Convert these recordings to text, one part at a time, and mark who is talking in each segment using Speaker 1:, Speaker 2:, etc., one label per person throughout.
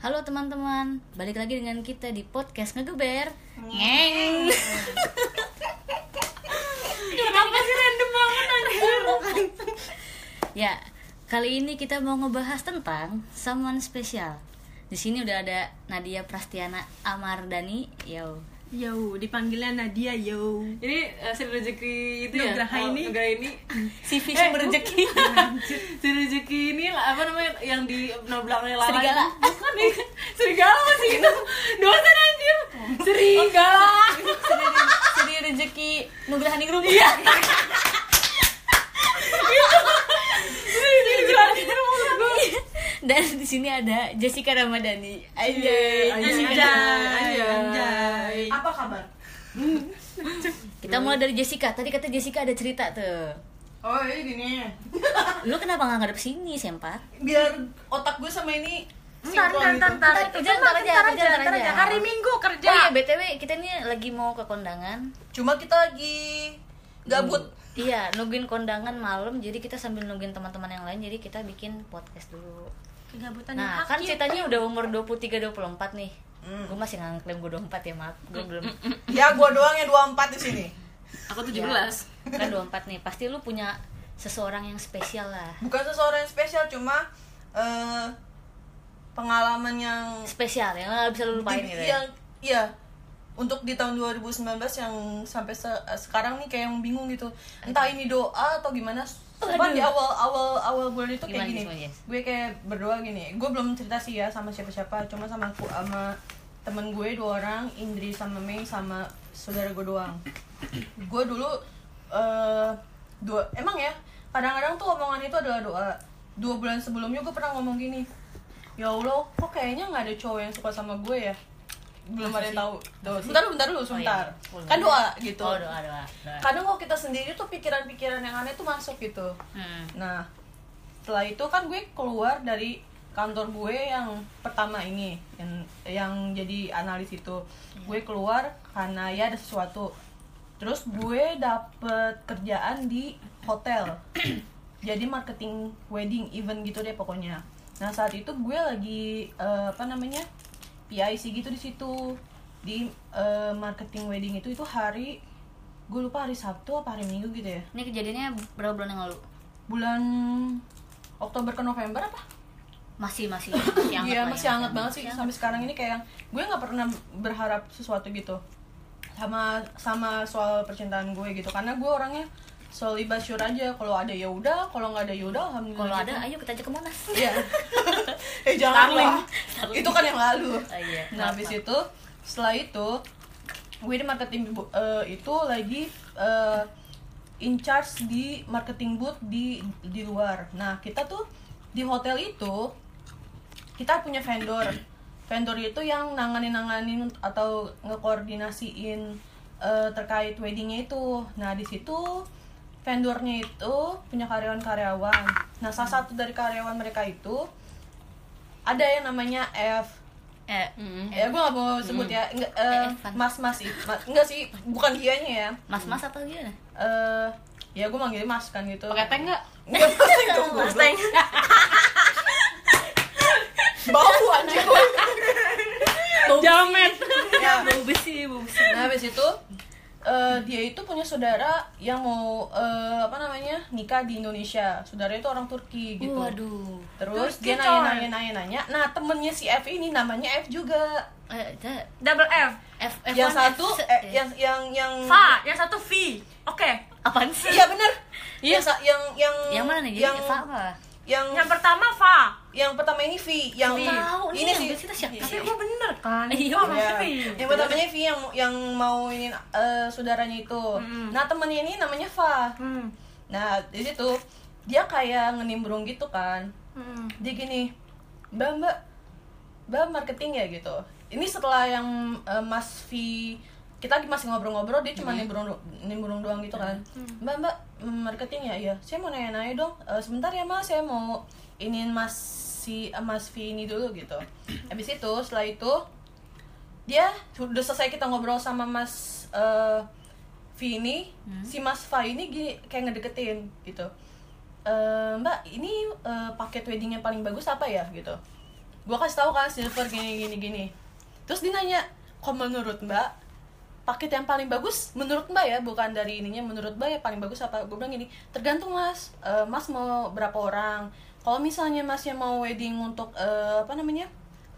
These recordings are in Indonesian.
Speaker 1: Halo teman-teman, balik lagi dengan kita di podcast ngegeber. Ngeng.
Speaker 2: Kenapa sih random banget anjir?
Speaker 1: Ya, kali ini kita mau ngebahas tentang someone spesial. Di sini udah ada Nadia Prastiana Amardani. Yo.
Speaker 2: Yo, dipanggilnya Nadia yo.
Speaker 3: Ini eh, seri rezeki itu ya?
Speaker 2: Nugraha
Speaker 3: Oh,
Speaker 2: ini.
Speaker 3: Nugraha ini.
Speaker 1: Si Vision berjeki.
Speaker 3: Seri rezeki ini lah, apa namanya yang di nah, belakangnya Lala.
Speaker 1: Serigala.
Speaker 3: itu. Bukan nih. Serigala masih itu. Dosen anjir. Serigala.
Speaker 1: Seri rezeki Nugraha Ningrum. Iya.
Speaker 3: Serigala.
Speaker 1: Iya. Dan di sini ada Jessica Ramadhani.
Speaker 4: iya.
Speaker 2: Iya.
Speaker 3: Anjay.
Speaker 1: Ayo.
Speaker 2: Anjay. Anjay.
Speaker 3: Apa?
Speaker 2: kabar?
Speaker 1: Kita mulai dari Jessica. Tadi kata Jessica ada cerita tuh.
Speaker 3: Oh,
Speaker 5: iya,
Speaker 3: ini nih.
Speaker 1: Lu kenapa nggak ngadep sini, Sempat?
Speaker 3: Biar otak gue sama ini
Speaker 2: Ntar,
Speaker 3: sinkron
Speaker 2: ntar,
Speaker 3: gitu.
Speaker 2: ntar, ntar,
Speaker 1: Ntar,
Speaker 2: Itu
Speaker 1: ntar,
Speaker 2: mah
Speaker 1: ntar aja,
Speaker 2: ntar
Speaker 1: ntar
Speaker 2: ntar
Speaker 1: aja.
Speaker 2: Hari Minggu
Speaker 1: Oh iya,
Speaker 2: kerja.
Speaker 1: BTW kita ini lagi mau ke kondangan.
Speaker 3: Cuma kita lagi gabut.
Speaker 1: Iya, nungguin kondangan malam jadi kita sambil nungguin teman-teman yang lain jadi kita bikin podcast dulu.
Speaker 2: Kegabutan yang
Speaker 1: Nah, kan
Speaker 2: akil.
Speaker 1: ceritanya udah umur 23 24 nih.
Speaker 3: Hmm.
Speaker 1: Gue masih nggak ngeklaim gue 24 ya, maaf. Gue belum.
Speaker 5: Hmm. Ya gua doang yang 24 di sini.
Speaker 3: Aku
Speaker 1: Ya,
Speaker 2: Iya.
Speaker 1: kan 24 nih. Pasti lu punya seseorang yang spesial lah.
Speaker 5: Bukan seseorang yang spesial cuma eh pengalaman yang
Speaker 1: Spesial yang nggak bisa lu lupain gitu.
Speaker 5: yang
Speaker 1: Ya.
Speaker 5: iya untuk di tahun 2019 yang sampai se- sekarang nih kayak yang bingung gitu. Entah ini doa atau gimana. Cuman di awal-awal awal bulan itu kayak
Speaker 1: Gimana,
Speaker 5: gini.
Speaker 1: gimana, Jess?
Speaker 5: Gue kayak berdoa gini. Gue belum cerita sih ya sama siapa-siapa, cuma sama aku sama temen gue dua orang, Indri sama Mei sama saudara gue doang. gue dulu eh dua emang ya kadang-kadang tuh omongan itu adalah doa dua bulan sebelumnya gue pernah ngomong gini ya allah kok kayaknya nggak ada cowok yang suka sama gue ya belum ada yang tahu tuh sebentar bentar dulu sebentar
Speaker 1: Boleh.
Speaker 5: kan doa gitu
Speaker 1: Oh, doa, doa. doa.
Speaker 5: kadang kalau kita sendiri tuh pikiran-pikiran yang aneh tuh masuk gitu
Speaker 1: Hmm.
Speaker 5: nah setelah itu kan gue keluar dari kantor gue yang pertama ini yang yang jadi analis itu gue keluar karena ya ada sesuatu terus gue dapet kerjaan di hotel jadi marketing wedding event gitu deh pokoknya nah saat itu gue lagi eh, apa namanya PIC gitu di situ di eh, marketing wedding itu itu hari gue lupa hari Sabtu apa hari Minggu gitu ya
Speaker 1: Ini kejadiannya berapa bulan yang lalu?
Speaker 5: bulan Oktober ke November apa?
Speaker 1: Masih masih masih anget
Speaker 5: Iya
Speaker 1: lah ya,
Speaker 5: masih hangat banget sih
Speaker 1: Masih
Speaker 5: sampai sekarang ini kayak gue nggak pernah berharap sesuatu gitu sama sama soal percintaan gue gitu karena gue orangnya solely basyur aja kalau ada ya udah kalau nggak ada ya udah
Speaker 1: Kalau
Speaker 5: alhamdulillah gitu.
Speaker 1: ada ayo kita aja ke Monas.
Speaker 5: Iya. eh jangan lah. Itu kan yang lalu.
Speaker 1: Oh, iya.
Speaker 5: Nah, habis itu setelah itu gue di marketing bu- eh, itu lagi eh, in charge di marketing booth di di luar. Nah, kita tuh di hotel itu kita punya vendor. Vendor itu yang nanganin-nanganin atau ngekoordinasiin eh, terkait weddingnya itu. Nah, di situ vendornya itu punya karyawan-karyawan. Nah, salah satu dari karyawan mereka itu ada yang namanya F.
Speaker 1: Eh,
Speaker 2: Hmm.
Speaker 5: Ya, gue gak mau sebut ya. Nggak, eh,
Speaker 1: Eh, Evan.
Speaker 5: mas-mas itu. Ma- Enggak sih, bukan dianya ya.
Speaker 1: mas-mas atau gimana?
Speaker 5: Eh, ya gue manggilnya mas kan gitu.
Speaker 3: Pakai tank enggak?
Speaker 5: Enggak penting dong, goblok. Bau anjir gue.
Speaker 3: Jamet.
Speaker 5: Ya,
Speaker 1: Bau besi, bau besi.
Speaker 5: Nah, habis itu eh, dia itu punya saudara yang mau eh, apa namanya nikah di Indonesia. Saudara itu orang Turki gitu.
Speaker 1: Waduh.
Speaker 5: Terus
Speaker 2: Turki,
Speaker 5: dia nanya,
Speaker 2: coy.
Speaker 5: nanya nanya nanya. Nah temennya si F ini namanya F juga.
Speaker 1: Eh, da-
Speaker 2: Double F.
Speaker 1: F, F
Speaker 5: yang satu eh, yang yang yang
Speaker 2: Fa, yang satu V. Oke.
Speaker 1: apaan sih?
Speaker 5: Iya bener. Yang sa- yang yang
Speaker 1: Yang mana nih? Jadi
Speaker 5: Yang
Speaker 1: Eva apa?
Speaker 5: yang
Speaker 2: Yang pertama Fa.
Speaker 5: yang pertama ini V yang
Speaker 1: Nggak tahu nih,
Speaker 5: ini
Speaker 1: yang
Speaker 5: sih.
Speaker 1: kita siapa?
Speaker 2: Tapi gua bener kan?
Speaker 1: Iya,
Speaker 2: Gua
Speaker 5: Iya.
Speaker 2: masih V.
Speaker 5: Yang pertamanya V yang yang mau ini eh, saudaranya itu. Nah temennya ini namanya Fa.
Speaker 2: Hmm.
Speaker 5: Nah di situ dia kayak ngenimbrung gitu kan.
Speaker 2: Hmm.
Speaker 5: dia gini mbak mbak mbak marketing ya gitu ini setelah yang eh, Mas V kita lagi masih ngobrol-ngobrol dia cuma nimbrung nimbrung doang gitu kan mbak mbak mm, marketing ya iya saya mau nanya-nanya dong Eh, sebentar ya mas saya mau ingin Mas si eh, Mas V ini dulu gitu habis itu setelah itu dia sudah selesai kita ngobrol sama Mas eh, V V ini si Mas Fa ini gini kayak ngedeketin gitu "Eh, Mbak ini eh, paket wedding yang paling bagus apa ya gitu gua kasih tahu kan silver gini gini gini terus dia nanya kok menurut Mbak paket yang paling bagus menurut mbak ya bukan dari ininya menurut mbak yang paling bagus apa gue bilang gini tergantung mas Eh, mas mau berapa orang kalau misalnya masnya mau wedding untuk eh, apa namanya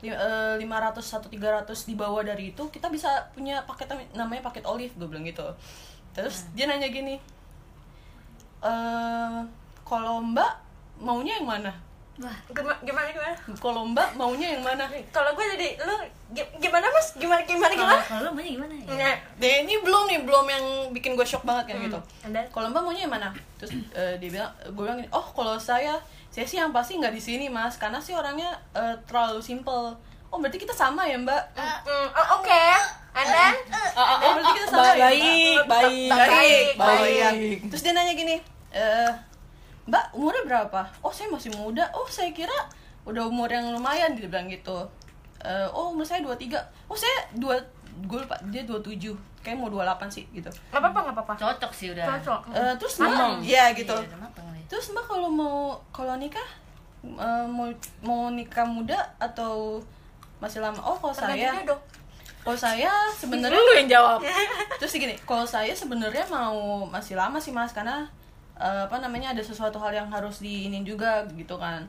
Speaker 5: li- eh, 500 atau 300 di bawah dari itu kita bisa punya paket nam- namanya paket olive gue bilang gitu terus dia nanya gini eh kalau mbak maunya yang mana
Speaker 2: Gima- gimana gimana
Speaker 5: kalau mbak maunya yang mana
Speaker 2: kalau gue jadi lu gi- gimana mas gimana gimana
Speaker 1: Kalau
Speaker 2: gimana
Speaker 1: kalau lu maunya gimana ya?
Speaker 2: Nggak.
Speaker 5: Deh, ini belum nih belum yang bikin gue shock banget
Speaker 3: Hmm.
Speaker 5: kayak gitu
Speaker 2: Anda
Speaker 5: kalau mbak maunya yang mana terus eh, dia bilang gue bilang gini, oh kalau saya saya sih yang pasti nggak di sini mas karena sih orangnya eh, terlalu simple oh berarti kita sama ya mbak
Speaker 2: Mm, oh, oke Anda
Speaker 5: oh, berarti kita sama ya,
Speaker 3: Ah, baik,
Speaker 5: Mbak?"
Speaker 3: baik,
Speaker 2: baik,
Speaker 5: baik baik
Speaker 3: baik.
Speaker 5: terus dia nanya gini "Eh, mbak umurnya berapa oh saya masih muda oh saya kira udah umur yang lumayan dia bilang gitu "Eh, oh umur saya 23 oh saya dua gue lupa dia 27 kayak mau 28 sih gitu
Speaker 2: nggak apa-apa nggak apa-apa
Speaker 1: Cocok sih udah.
Speaker 2: cocok
Speaker 5: Eh, terus
Speaker 1: Mateng.
Speaker 5: mbak ya gitu
Speaker 1: Iya, udah mateng nih.
Speaker 5: Terus mbak kalau mau kalau nikah eh, mau mau nikah muda atau masih lama? Oh kalau saya
Speaker 2: Tergantung dia dong
Speaker 5: kalau saya sebenarnya
Speaker 3: Lu yang jawab.
Speaker 5: terus gini kalau saya sebenarnya mau masih lama sih mas karena eh, apa namanya ada sesuatu hal yang harus diinin juga gitu kan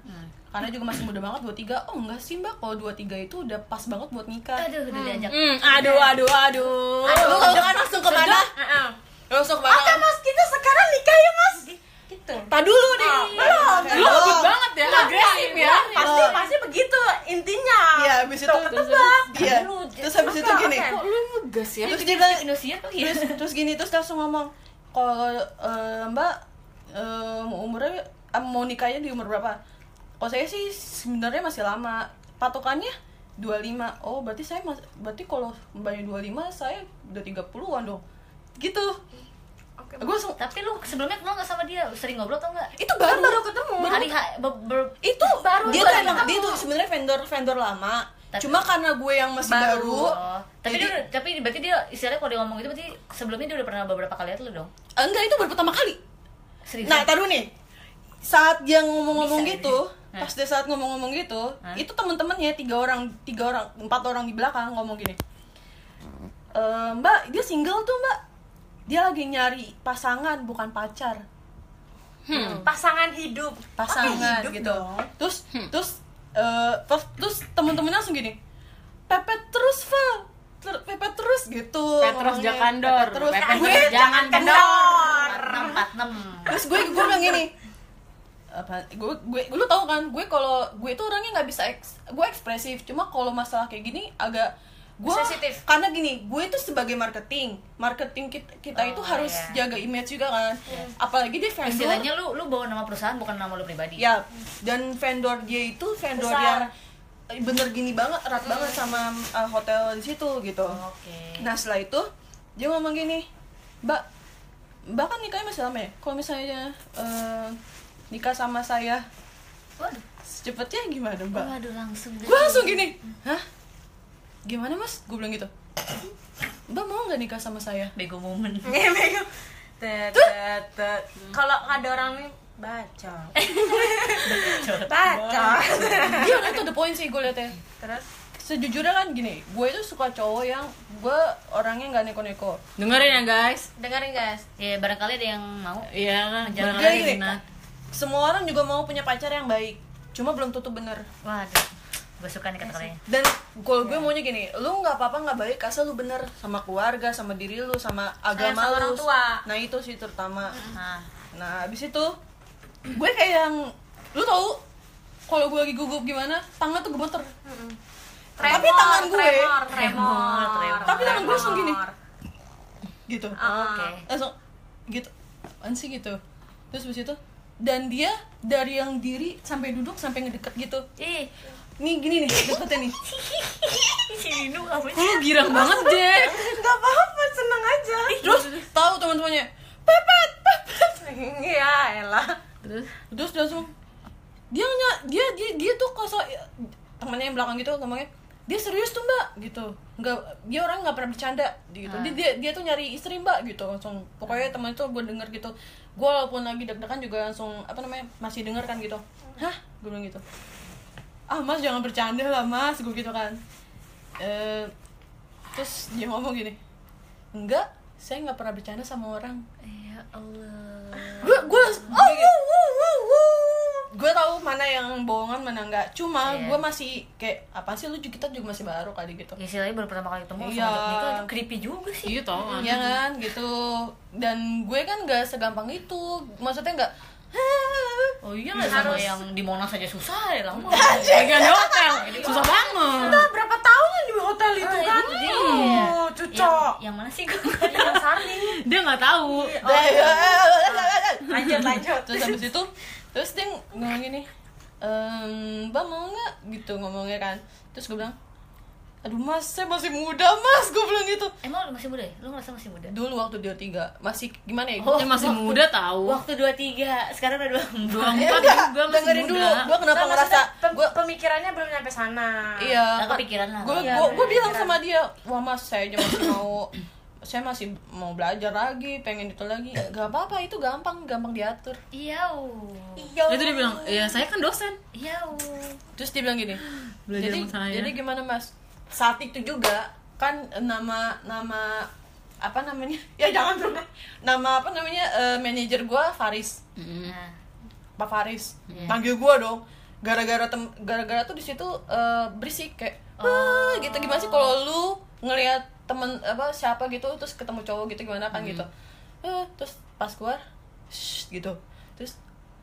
Speaker 5: karena juga masih muda banget 23 oh enggak sih mbak kalau 23 itu udah pas banget buat nikah
Speaker 1: Aduh, udah diajak.
Speaker 3: Hmm, aduh, aduh, aduh.
Speaker 5: Lu jangan langsung ke mana
Speaker 2: Heeh.
Speaker 5: langsung ke mana
Speaker 2: Ah. Ya, mas kita sekarang nikah ya mas gitu
Speaker 3: Tak dulu deh.
Speaker 5: belum
Speaker 3: Lu hobi banget ya, agresif ya.
Speaker 2: pasti pasti begitu intinya
Speaker 5: iya habis itu
Speaker 2: terus
Speaker 5: iya terus habis itu gini
Speaker 2: Oke.
Speaker 3: Kok lu ngegas ya?
Speaker 5: terus dia bilang
Speaker 1: Indosiar kok ya?
Speaker 5: terus terus gini terus langsung ngomong kalau eh, mbak eh, mau umurnya eh, mau nikahnya di umur berapa kalau saya sih sebenarnya masih lama patokannya 25 oh berarti saya mas berarti kalau mbaknya 25 saya udah 30-an dong gitu
Speaker 2: Oke,
Speaker 5: gue langsung
Speaker 1: Tapi lu sebelumnya kenal nggak sama dia? Sering ngobrol tau nggak?
Speaker 5: itu baru
Speaker 2: baru ketemu
Speaker 1: Kan Hari ha- ber- ber-
Speaker 5: itu
Speaker 1: Baru
Speaker 5: dia
Speaker 1: baru
Speaker 5: tuh emang
Speaker 1: ketemu.
Speaker 5: dia tuh sebenarnya vendor vendor lama
Speaker 1: Tapi-
Speaker 5: cuma karena gue yang masih baru,
Speaker 1: Oh, tapi dia
Speaker 5: jadi-
Speaker 1: udah- tapi berarti dia istilahnya kalau dia ngomong itu berarti sebelumnya dia udah pernah beberapa kali lihat lu dong.
Speaker 5: enggak itu baru pertama kali
Speaker 1: Serius.
Speaker 5: Nah, taruh nih. Saat dia ngomong-ngomong
Speaker 1: Bisa,
Speaker 5: gitu,
Speaker 1: bisa.
Speaker 5: pas dia saat ngomong-ngomong gitu,
Speaker 1: Hah?
Speaker 5: itu temen-temennya tiga orang, tiga orang, empat orang di belakang ngomong gini. "Eh, mbak, dia single tuh mbak. Dia lagi nyari pasangan, bukan pacar.
Speaker 2: Hmm. pasangan hidup
Speaker 5: Pasangan
Speaker 2: Oke, hidup
Speaker 5: gitu.
Speaker 2: dong.
Speaker 5: Terus, terus, eh, terus, terus temen-temennya langsung gini. Pepet terus, Fa. Ter- pepet terus gitu.
Speaker 3: Petrus
Speaker 5: ngomongnya.
Speaker 3: Jakandor.
Speaker 5: Pepet terus. Ah, gitu.
Speaker 3: Pepet
Speaker 5: Gue
Speaker 3: terus jangan kendor.
Speaker 1: enam empat enam.
Speaker 5: terus gue gue bilang gini apa gue gue lu tau kan gue kalau gue itu orangnya nggak bisa eks- gue ekspresif cuma kalau masalah kayak gini agak gue
Speaker 2: Sensitif.
Speaker 5: karena gini gue itu sebagai marketing marketing kita, kita itu
Speaker 1: Oh,
Speaker 5: harus
Speaker 1: iya.
Speaker 5: jaga image juga kan apalagi dia vendor
Speaker 1: Istilahnya lu lu bawa nama perusahaan bukan nama lu pribadi.
Speaker 5: Nah, ya dan vendor dia itu vendor
Speaker 2: Besar.
Speaker 5: yang bener gini banget erat
Speaker 1: Hmm.
Speaker 5: banget sama uh, hotel di situ gitu
Speaker 1: Oh, Oke.
Speaker 5: Nah setelah itu dia ngomong gini, Mbak, Mbak kan nikahnya masih lama ya? Kalau misalnya eh, nikah sama saya
Speaker 1: Waduh.
Speaker 5: secepatnya gimana Mbak?
Speaker 1: Waduh langsung. gitu.
Speaker 5: Gue langsung gini, hah? Gimana mas? Gue bilang gitu. Mbak mau nggak nikah sama saya?
Speaker 1: Bego momen.
Speaker 2: Ngemeng. Tet, tet, tet. Kalau ada orang nih baca. baca.
Speaker 5: Dia udah tuh Iya, kan, the point sih gue liatnya.
Speaker 2: Terus
Speaker 5: Sejujurnya kan gini, gue itu suka cowok yang gue orangnya nggak neko-neko. Nah,
Speaker 3: Dengerin ya, guys.
Speaker 2: dengerin guys.
Speaker 1: Ya barangkali ada yang mau.
Speaker 3: Iya
Speaker 1: Jangan
Speaker 3: kan,
Speaker 5: Dia
Speaker 3: jangan
Speaker 5: gini,
Speaker 3: minat.
Speaker 5: semua orang juga mau punya pacar yang baik, cuma belum tutup bener.
Speaker 1: Waduh. Gue suka nih kata-katanya.
Speaker 5: dan kalau
Speaker 2: Iya.
Speaker 5: gue maunya gini lu nggak apa-apa nggak baik asal lu bener sama keluarga sama diri lu sama agama
Speaker 2: sama
Speaker 5: lu
Speaker 2: orang tua.
Speaker 5: nah itu sih terutama
Speaker 1: Nah,
Speaker 5: nah abis itu gue kayak yang lu tau kalau gue lagi gugup gimana tangan tuh gemeter
Speaker 2: Tremor,
Speaker 5: Tapi tangan gue-
Speaker 2: tremor, tremor,
Speaker 1: Tremor, tremor.
Speaker 5: Tapi tangan gue langsung gini.
Speaker 2: Tremor. Ah,
Speaker 5: gitu
Speaker 1: oke.
Speaker 5: langsung gitu apaan sih gitu terus abis itu dan dia dari yang diri sampai duduk sampai ngedeket gitu
Speaker 1: Ih,
Speaker 5: nih gini nih deketnya nih
Speaker 1: si Nino apa sih?
Speaker 3: Lu girang banget, Dek.
Speaker 2: Gak Eh, apa-apa, seneng aja.
Speaker 5: terus tahu teman-temannya pepet pepet
Speaker 2: Iya, elah.
Speaker 3: Terus
Speaker 5: terus dia langsung dia nggak dia dia dia tuh kosong temannya yang belakang gitu ngomongnya dia serius tuh mbak gitu nggak dia orang nggak pernah bercanda gitu dia, dia dia tuh nyari istri mbak gitu langsung pokoknya teman itu gue denger gitu gue walaupun lagi deg-degan juga langsung apa namanya masih denger kan gitu hah gue bilang gitu ah mas jangan bercanda lah mas gue gitu kan eh terus dia ngomong gini enggak saya nggak pernah bercanda sama orang
Speaker 1: ya Allah
Speaker 5: gue gue langsung oh, wuh, wuh, wuh, wuh. gue tahu mana yang bohongan mana enggak cuma
Speaker 1: Iya.
Speaker 5: gue masih kayak apa sih lu juga- kita juga masih baru kali gitu
Speaker 1: ya sih lagi baru pertama kali ketemu
Speaker 5: Iya.
Speaker 1: sama nikah itu creepy juga sih
Speaker 3: Iya tau kan.
Speaker 5: Iya kan gitu dan gue kan nggak segampang itu maksudnya nggak "Hah."
Speaker 3: Oh iya lah
Speaker 1: Ya, sama
Speaker 3: harus.
Speaker 1: yang di Monas aja susah ya lama
Speaker 3: Jaga di hotel. Susah banget.
Speaker 2: Ah, berapa tahun yang di hotel itu
Speaker 1: Ah,
Speaker 2: kan?
Speaker 1: itu dia.
Speaker 5: Iya.
Speaker 2: Oh, cucok.
Speaker 1: yang, yang mana sih gue
Speaker 2: Yang Sarni.
Speaker 3: Dia nggak tahu.
Speaker 2: Lanjut, lanjut.
Speaker 5: Oh, iya. terus habis itu terus dia ngomong gini ehm, mbak mau nggak gitu ngomongnya kan terus gue bilang aduh mas saya masih muda mas gue bilang gitu
Speaker 1: emang lu masih muda ya? lu ngerasa masih muda
Speaker 5: dulu waktu dia tiga masih gimana ya
Speaker 3: Dia masih muda tahu.
Speaker 1: waktu 23 sekarang udah 24
Speaker 3: Dua
Speaker 5: Eh,
Speaker 3: empat
Speaker 5: enggak,
Speaker 3: juga masih
Speaker 5: dengerin dulu
Speaker 3: muda.
Speaker 5: gue kenapa
Speaker 2: Nggak,
Speaker 5: ngerasa
Speaker 2: maksudnya pem-
Speaker 5: gue
Speaker 2: pemikirannya belum nyampe sana.
Speaker 5: iya
Speaker 1: Nggak kepikiran lah.
Speaker 5: gue
Speaker 2: Iya,
Speaker 5: gue
Speaker 2: nggak
Speaker 5: bilang
Speaker 2: kepikiran.
Speaker 5: sama dia wah mas saya aja masih mau saya masih mau belajar lagi pengen itu lagi gak apa apa itu gampang gampang diatur
Speaker 1: iya
Speaker 2: Iya.
Speaker 3: Itu dia bilang, ya saya kan dosen.
Speaker 1: iya
Speaker 5: terus dia bilang gini
Speaker 3: Belajar
Speaker 5: jadi
Speaker 3: sama saya.
Speaker 5: jadi gimana mas saat itu juga kan eh, nama nama apa namanya ya jangan dulu nama apa namanya eh, manajer gua Faris
Speaker 1: nah
Speaker 5: Pak Faris
Speaker 1: Iya.
Speaker 5: panggil gua dong gara-gara tem gara-gara tuh di situ eh, berisik kayak "Wah," gitu gimana sih kalau lu ngelihat temen apa siapa gitu terus ketemu cowok gitu gimana kan gitu Eh, terus pas keluar "Shh," gitu terus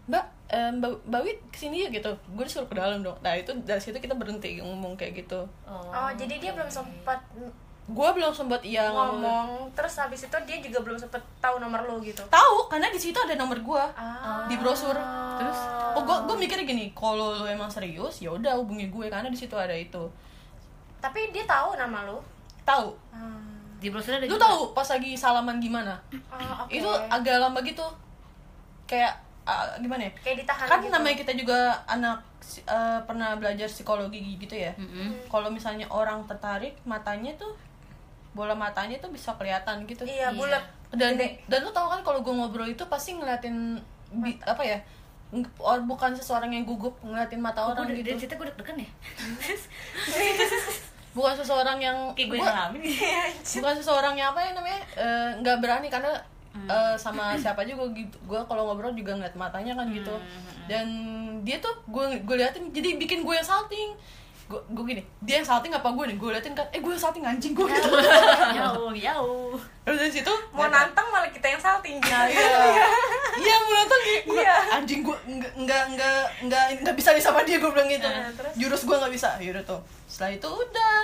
Speaker 5: mbak eh, mbak mbak Wit kesini yuk gitu gue disuruh ke dalam dong nah itu dari situ kita berhenti ngomong kayak gitu
Speaker 1: oh,
Speaker 2: Oh, jadi dia belum sempat
Speaker 5: gue belum sempat iya ngomong
Speaker 2: ngomong. Terus habis itu dia juga belum sempat tahu nomor lu gitu.
Speaker 5: tahu karena di situ ada nomor gue
Speaker 2: Ah.
Speaker 5: di brosur terus oh gue gue mikirnya gini kalau lu emang serius ya udah hubungi gue karena di situ ada itu
Speaker 2: Tapi dia tahu nama lu.
Speaker 5: tahu
Speaker 2: Ah,
Speaker 1: di browser ada
Speaker 5: lu
Speaker 1: juga.
Speaker 5: tahu pas lagi salaman gimana
Speaker 2: ah, oke.
Speaker 5: itu agak lama gitu kayak ah, gimana ya
Speaker 2: kayak ditahan
Speaker 5: kan
Speaker 2: gitu.
Speaker 5: namanya kita juga anak si- eh, pernah belajar psikologi gitu ya kalau misalnya orang tertarik matanya tuh bola matanya tuh bisa kelihatan gitu
Speaker 2: Iya, bulat.
Speaker 5: dan dan lu tau kan kalau gue ngobrol itu pasti ngeliatin bi- apa ya ng- or- bukan seseorang yang gugup ngeliatin mata
Speaker 1: Oh,
Speaker 5: orang
Speaker 1: gue dari
Speaker 5: gitu
Speaker 1: cerita gue deg-degan ya
Speaker 5: bukan seseorang yang
Speaker 1: kayak gue
Speaker 5: gua-
Speaker 1: ngalamin
Speaker 5: bukan seseorang yang apa ya namanya eh, nggak berani karena eh, sama siapa aja gue gitu gue kalau ngobrol juga ngeliat matanya kan gitu dan dia tuh gue gue liatin jadi bikin gue yang salting gue gue gini dia yang salting apa gue nih gue liatin kan eh gue yang salting anjing gue gitu
Speaker 1: jauh jauh
Speaker 5: terus dari situ
Speaker 2: mau nantang malah kita yang salting. Nah,
Speaker 5: iya iya mau nonton kayak gue anjing gue nggak nggak nggak nggak nggak bisa nih sama dia gue bilang gitu
Speaker 2: Eh, terus?
Speaker 5: jurus gue nggak bisa yaudah tuh setelah itu udah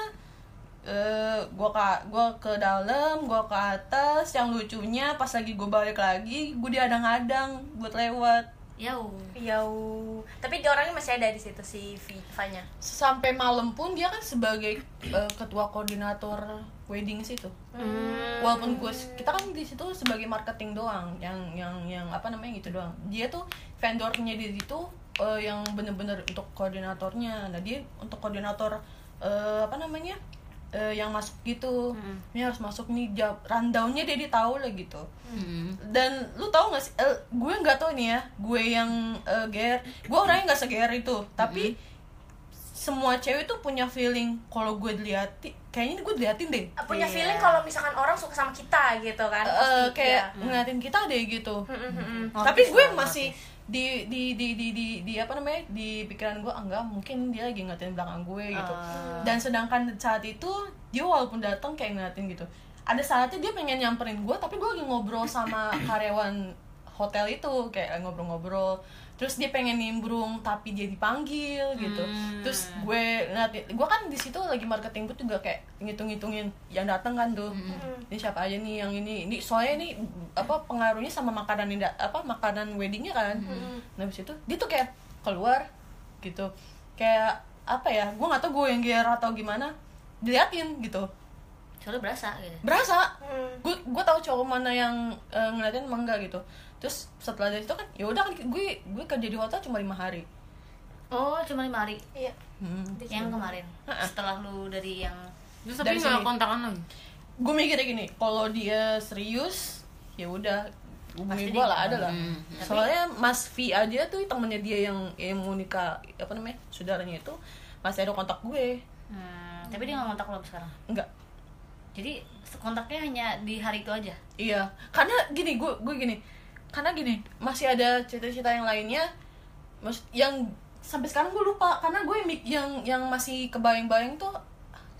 Speaker 5: eh gue ke gua ke dalam gue ke atas yang lucunya pas lagi gue balik lagi gue diadang-adang buat lewat
Speaker 1: jauh
Speaker 2: Yau. Tapi dia orangnya masih ada di situ si Vanya.
Speaker 5: sampai malam pun dia kan sebagai eh, ketua koordinator wedding situ walaupun gue kita kan di situ sebagai marketing doang yang yang yang apa namanya gitu doang dia tuh vendornya di situ eh, yang bener-bener untuk koordinatornya nah dia untuk koordinator eh, apa namanya eh, yang masuk gitu ini harus masuk nih jab rundownnya dia dia tahu lah gitu dan lu tahu nggak sih eh, gue nggak tahu nih ya gue yang eh, GR gue orangnya nggak seger itu tapi semua cewek tuh punya feeling kalau gue diliatin kayaknya ini gue diliatin deh
Speaker 2: Punya
Speaker 1: Iya.
Speaker 2: feeling kalau misalkan orang suka sama kita gitu kan.
Speaker 5: Eh,
Speaker 2: Pasti
Speaker 4: iya.
Speaker 5: kayak
Speaker 2: dia.
Speaker 5: ngeliatin kita deh gitu
Speaker 4: Hmm.
Speaker 2: Mm, mm, mm.
Speaker 1: Notice
Speaker 5: tapi gue
Speaker 1: lah,
Speaker 5: masih di di, di di di di apa namanya di pikiran gue ah, enggak mungkin dia lagi ngeliatin belakang gue gitu dan sedangkan saat itu dia walaupun datang kayak ngeliatin gitu ada saatnya dia pengen nyamperin gue tapi gue lagi ngobrol sama karyawan hotel itu kayak ngobrol-ngobrol terus dia pengen nimbrung tapi dia dipanggil gitu terus gue ngeliatin gue kan di situ lagi marketing gue juga kayak ngitung-ngitungin yang datang kan tuh ini siapa aja nih yang ini ini soalnya ini apa pengaruhnya sama makanan yang da- apa makanan weddingnya kan nah habis itu dia tuh kayak keluar gitu kayak apa ya gue nggak tau gue yang GR atau gimana diliatin gitu
Speaker 1: soalnya berasa gitu
Speaker 5: berasa
Speaker 2: Hmm.
Speaker 5: gue gue tahu cowok mana yang eh, ngeliatin sama enggak gitu terus setelah dari itu kan ya udah kan gue gue kerja di hotel cuma lima hari
Speaker 1: oh cuma lima hari
Speaker 2: Iya.
Speaker 5: Hmm.
Speaker 1: yang kemarin setelah lu dari yang
Speaker 3: Terus
Speaker 5: Dari
Speaker 3: tapi nggak
Speaker 5: sini.
Speaker 3: kontakan lagi.
Speaker 5: gue mikirnya gini kalau dia serius ya udah hubungi
Speaker 2: Pasti
Speaker 5: gue
Speaker 2: dia
Speaker 5: lah ada lah
Speaker 1: Hmm.
Speaker 5: soalnya Mas V aja tuh temennya dia yang yang mau nikah apa namanya saudaranya itu masih ada kontak gue
Speaker 1: Hmm, tapi dia nggak kontak lo sekarang
Speaker 5: enggak
Speaker 1: jadi kontaknya hanya di hari itu aja
Speaker 5: iya karena gini gue gue gini karena gini masih ada cerita-cerita yang lainnya mas yang sampai sekarang gue lupa karena gue mik- yang yang masih kebayang-bayang tuh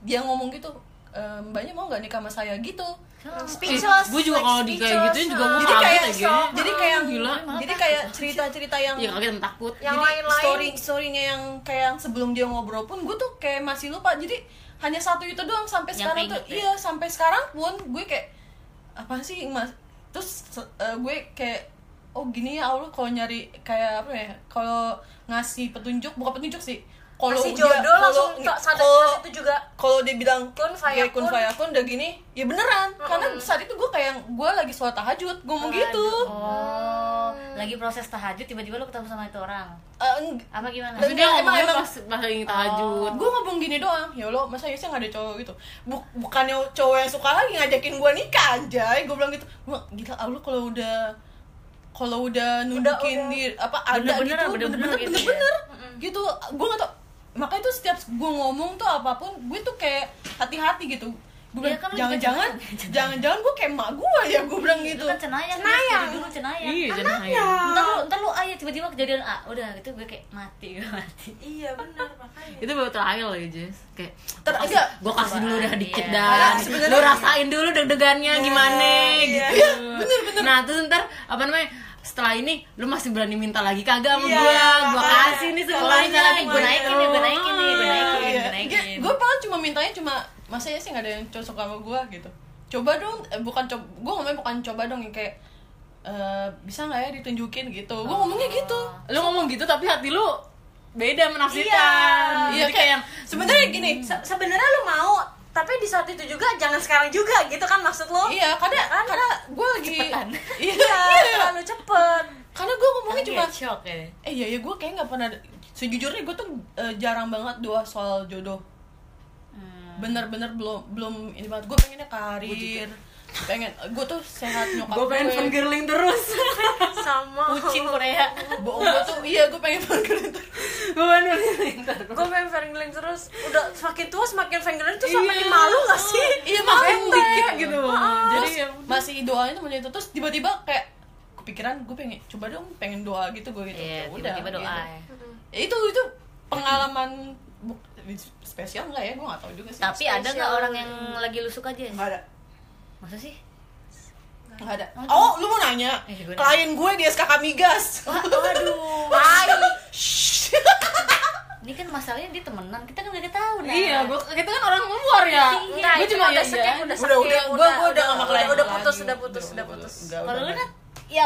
Speaker 5: dia ngomong gitu e, mbaknya mau nggak nikah sama saya gitu
Speaker 2: Ah, Speechless,
Speaker 3: Gue juga
Speaker 2: like
Speaker 3: kalau di kayak
Speaker 2: speechless,
Speaker 3: gituin juga gue
Speaker 5: jadi
Speaker 3: kaget
Speaker 5: kayak
Speaker 3: aja. gini.
Speaker 5: jadi kayak
Speaker 3: Ah, gila.
Speaker 5: jadi kayak cerita-cerita yang
Speaker 2: Iya,
Speaker 3: Ya kaget sama takut.
Speaker 2: Yang
Speaker 5: jadi
Speaker 2: lain-lain.
Speaker 5: story storynya yang kayak yang sebelum dia ngobrol pun gue tuh kayak masih lupa jadi hanya satu itu doang sampai
Speaker 1: Yang
Speaker 5: sekarang tuh
Speaker 1: keinget ya?
Speaker 5: iya sampai sekarang pun gue kayak apa sih mas terus se- eh, gue kayak oh gini ya allah kalau nyari kayak apa ya kalau ngasih petunjuk bukan petunjuk sih kalau
Speaker 2: Kasih
Speaker 5: dia-
Speaker 2: jodoh langsung
Speaker 5: kalau-
Speaker 2: tak sadar
Speaker 5: kalau-
Speaker 2: saat itu juga
Speaker 5: kalau dia bilang
Speaker 2: Kun faya
Speaker 5: "Gue kun
Speaker 2: kun."
Speaker 5: faya kun udah gini ya beneran karena
Speaker 2: Mm-mm.
Speaker 5: saat itu gue kayak gue lagi sholat tahajud ngomong gitu
Speaker 1: oh lagi proses tahajud tiba-tiba lo ketemu sama itu orang
Speaker 5: Eh, eng-
Speaker 1: apa gimana
Speaker 5: Dan-
Speaker 3: Terus dia
Speaker 5: Emang-
Speaker 3: ngomongnya
Speaker 5: emang- Oh.
Speaker 3: pas pas lagi tahajud.
Speaker 5: gue ngomong gini doang ya lo masa Yusnya nggak ada cowok gitu Buk- bukannya cowok yang suka lagi ngajakin gue nikah anjay gue bilang gitu gue gila ah, lo kalau udah kalau udah nundukin
Speaker 2: udah.
Speaker 5: di apa ada
Speaker 1: Bener-bener,
Speaker 5: gitu
Speaker 1: bener-bener
Speaker 5: bener-bener
Speaker 1: gitu ya.
Speaker 5: bener-bener gitu, gue nggak tau makanya tuh setiap gue ngomong tuh apapun gue tuh kayak hati-hati gitu gue bilang
Speaker 1: Iya, kan lo juga
Speaker 5: jangan-jangan jangan-jangan gue kayak mak gue ya gue bilang
Speaker 1: itu
Speaker 5: gitu
Speaker 1: kan cenayang Mas.
Speaker 2: Cenayang.
Speaker 1: Dari dulu cenayang
Speaker 3: Iya, jangan hayang.
Speaker 1: ntar lu ntar lu ayah tiba-tiba kejadian A udah gitu gue kayak mati gue mati
Speaker 2: Iya benar makanya.
Speaker 3: itu baru trial ya Jess kayak
Speaker 5: Ter- enggak.
Speaker 3: gue kasih dulu dah dikit
Speaker 1: Iya.
Speaker 5: Padahal
Speaker 3: dah
Speaker 5: sebenarnya-
Speaker 3: lu rasain dulu deg-degannya gimana gitu nah terus ntar apa namanya setelah ini lu masih berani minta lagi kagak sama
Speaker 2: Iya.
Speaker 3: gua gua kasih nih semuanya
Speaker 1: lagi gue naikin nih gue naikin nih gue naikin
Speaker 5: Iya.
Speaker 1: gue naikin
Speaker 5: gue paling cuma mintanya cuma masa ya sih nggak ada yang cocok sama gue gitu coba dong eh, bukan coba gue ngomongnya bukan coba dong yang kayak eh, bisa nggak ya ditunjukin gitu gue
Speaker 3: Oh.
Speaker 5: ngomongnya gitu
Speaker 3: lu ngomong gitu tapi hati lu beda
Speaker 2: Iya.
Speaker 3: menafsirkan
Speaker 5: iya
Speaker 3: Jadi
Speaker 5: kayak sebenarnya gini
Speaker 2: Se- Sebenarnya lu mau, tapi di saat itu juga jangan sekarang juga gitu kan maksud lo?
Speaker 5: iya karena karena gue lagi
Speaker 2: Iya,
Speaker 5: iya
Speaker 2: terlalu cepet.
Speaker 5: karena gue ngomongnya
Speaker 1: Kayak
Speaker 5: cuma
Speaker 1: shock ya
Speaker 5: eh iya ya gue kayak nggak pernah sejujurnya gue tuh eh, jarang banget doa soal jodoh bener-bener belum belum ini banget gue pengennya karir pengen gue tuh sehat nyokap
Speaker 3: gua pengen
Speaker 5: gue.
Speaker 3: fangirling terus
Speaker 2: Sama.
Speaker 1: kucing Korea
Speaker 5: bohong gue tuh iya gue pengen fangirling terus
Speaker 3: gua pengen fangirling terus
Speaker 2: Gue pengen fangirling terus. Udah semakin tua semakin fangirling terus sama makin malu gak sih?
Speaker 5: iya
Speaker 3: makanya
Speaker 5: makanya
Speaker 1: ya?
Speaker 3: dikit gitu jadi
Speaker 5: jadi
Speaker 3: ya
Speaker 5: masih doanya cuma itu terus tiba-tiba kayak kepikiran gue pengen coba dong pengen doa gitu gue gitu
Speaker 1: iya
Speaker 5: Ya udah,
Speaker 1: tiba-tiba
Speaker 5: gitu.
Speaker 1: doa ya.
Speaker 5: Ya, itu itu pengalaman bu- spesial nggak ya gue nggak tahu juga sih
Speaker 1: tapi ada nggak orang yang lagi lu suka aja
Speaker 5: nggak ada
Speaker 1: masa sih
Speaker 5: nggak ada oh lu mau nanya
Speaker 1: Eh, gue nanya.
Speaker 5: klien gue di SKK migas
Speaker 1: Wah, Ah, waduh
Speaker 2: Hai.
Speaker 5: Shh.
Speaker 1: ini kan masalahnya dia temenan kita kan gak tahu nah
Speaker 3: iya gua kita kan orang luar ya
Speaker 2: Enggak,
Speaker 3: gua
Speaker 2: itu
Speaker 3: cuma ya
Speaker 2: udah skip,
Speaker 3: iya
Speaker 2: udah
Speaker 5: udah
Speaker 2: skip,
Speaker 5: udah gue gue udah nggak
Speaker 2: udah,
Speaker 5: maklum
Speaker 2: udah putus, udah putus, udah putus.
Speaker 1: kalau lu kan ya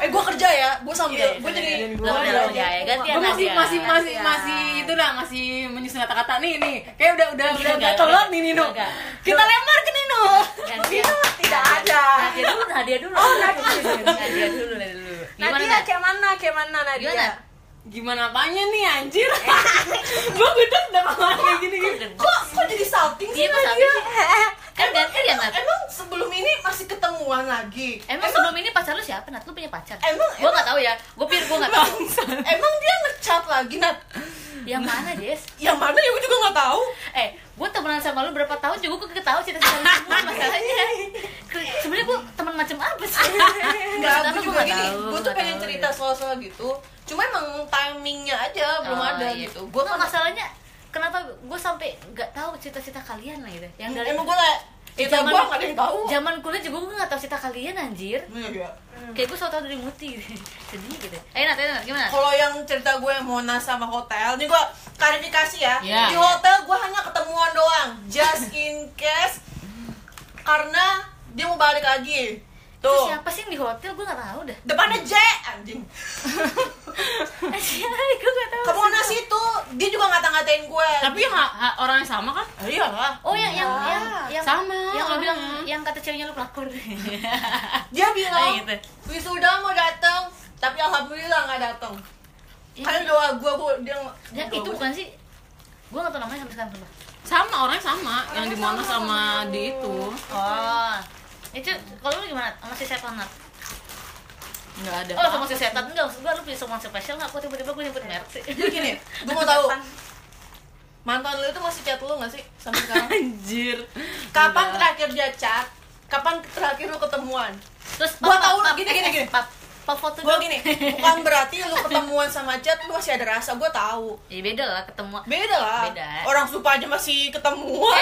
Speaker 5: eh gue kerja ya gue sambil
Speaker 1: Iya,
Speaker 5: gue jadi
Speaker 3: kerja.
Speaker 1: Lo udah lo ya, gantian
Speaker 3: gue Oh, masih
Speaker 1: aja.
Speaker 3: masih masih
Speaker 2: Iya.
Speaker 3: masih itulah masih menyusun kata-kata nih nih kayak udah udah udah
Speaker 1: Enggak,
Speaker 3: udah colot
Speaker 1: enggak.
Speaker 3: nih Nino
Speaker 1: Enggak.
Speaker 3: kita lempar ke Nino
Speaker 5: Iya.
Speaker 1: gantian
Speaker 2: Iya, Tidak ada.
Speaker 1: hadiah dulu hadiah dulu oh hadiah dulu hadiah dulu gimana
Speaker 2: Nadia
Speaker 1: Nat?
Speaker 2: kayak mana? Kayak mana Nadia?
Speaker 1: gimana
Speaker 3: gimana apanya nih anjir
Speaker 1: Eh,
Speaker 3: gue gede udah ngomong kayak gini gini
Speaker 5: kok kok jadi salting sih
Speaker 1: Iya, kok
Speaker 5: Nadia?
Speaker 1: kan gantian Nat
Speaker 5: Emang sebelum ini masih ketemuan lagi?
Speaker 1: Emang sebelum ini pacar lu siapa, Nat? Lu punya pacar?
Speaker 5: Emang-
Speaker 1: Gua nggak tahu ya. Gua pikir gua nggak tahu.
Speaker 5: emang dia ngechat lagi Nat?
Speaker 1: Yang mana, Jess?
Speaker 5: Yang mana ya gue juga nggak tahu.
Speaker 1: Eh, gua temenan sama lu berapa tahun juga gua kagak tahu cerita-cerita lu semua masalahnya. Ke- Sebenarnya gua teman macam apa sih?
Speaker 5: Enggak,
Speaker 1: Maksud apa,
Speaker 5: gue
Speaker 1: gua
Speaker 5: juga
Speaker 1: nggak
Speaker 5: gini.
Speaker 1: tahu,
Speaker 5: Gue tuh
Speaker 1: nggak
Speaker 5: pengen
Speaker 1: tahu
Speaker 5: cerita
Speaker 1: deh.
Speaker 5: soal-soal gitu. Cuma emang timingnya aja belum
Speaker 1: Oh,
Speaker 5: ada
Speaker 1: iya.
Speaker 5: gitu. Gue
Speaker 1: Nggak, masalahnya kenapa gua sampai nggak tahu cerita-cerita kalian lah gitu. Yang dari
Speaker 5: emang gue lah. Cerita
Speaker 1: zaman-
Speaker 5: gue nggak ada yang tahu.
Speaker 1: Zaman kuliah juga gua nggak tahu cerita kalian anjir.
Speaker 5: Iya.
Speaker 1: Kayak gua soal tau dari muti gitu. Sedih gitu. Eh, Nat, ayo, Nat, gimana?
Speaker 5: Kalau yang cerita gue yang Monas sama hotel, ini gue klarifikasi ya.
Speaker 3: Iya.
Speaker 5: Di hotel gue hanya ketemuan doang, just in case karena dia mau balik lagi.
Speaker 1: Itu
Speaker 5: Tuh.
Speaker 1: siapa sih yang di hotel? Gua nggak tahu dah.
Speaker 5: Depannya J anjing.
Speaker 1: Eh, siapa? Gua nggak tahu.
Speaker 5: ke Monas itu dia juga ngata-ngatain gue
Speaker 3: tapi ha- ha- orang yang sama kan
Speaker 5: Ah, iyalah
Speaker 1: Oh yang yang
Speaker 5: Nah.
Speaker 1: yang yang
Speaker 3: Sama.
Speaker 1: yang lo bilang yang kata ceweknya lo pelakor.
Speaker 5: dia
Speaker 1: Ah,
Speaker 5: bilang
Speaker 1: gitu.
Speaker 5: wisuda mau datang tapi alhamdulillah nggak datang
Speaker 1: Ya,
Speaker 5: karena doa gue gue dia
Speaker 1: ya, itu bukan sih. Gue nggak tau namanya sampai sekarang sumpah.
Speaker 3: sama orangnya sama yang di Monas sama di itu
Speaker 1: Oh, itu kalau lu gimana sama si Setan Nat?
Speaker 3: nggak ada
Speaker 1: Oh, sama si Setan enggak? Maksud gua lu punya someone spesial nggak? Kok tiba-tiba gua nyebut merek sih?
Speaker 5: Jadi gini, gue mau tahu mantan lu itu masih chat lu nggak sih sampai sekarang?
Speaker 3: anjir
Speaker 5: Kapan terakhir dia chat? Kapan terakhir lu ketemuan?
Speaker 1: Terus
Speaker 5: Gua
Speaker 1: pap,
Speaker 5: tahu
Speaker 1: pap,
Speaker 5: lu gini, gini,
Speaker 1: eh,
Speaker 5: gini.
Speaker 1: Pap, pap foto
Speaker 5: Gue
Speaker 1: dong.
Speaker 5: gini, bukan berarti lu ketemuan sama chat lu masih ada rasa, gue tahu.
Speaker 1: Ya beda lah ketemu.
Speaker 5: Beda lah.
Speaker 1: Beda. Eh,
Speaker 5: Orang supa aja masih ketemuan.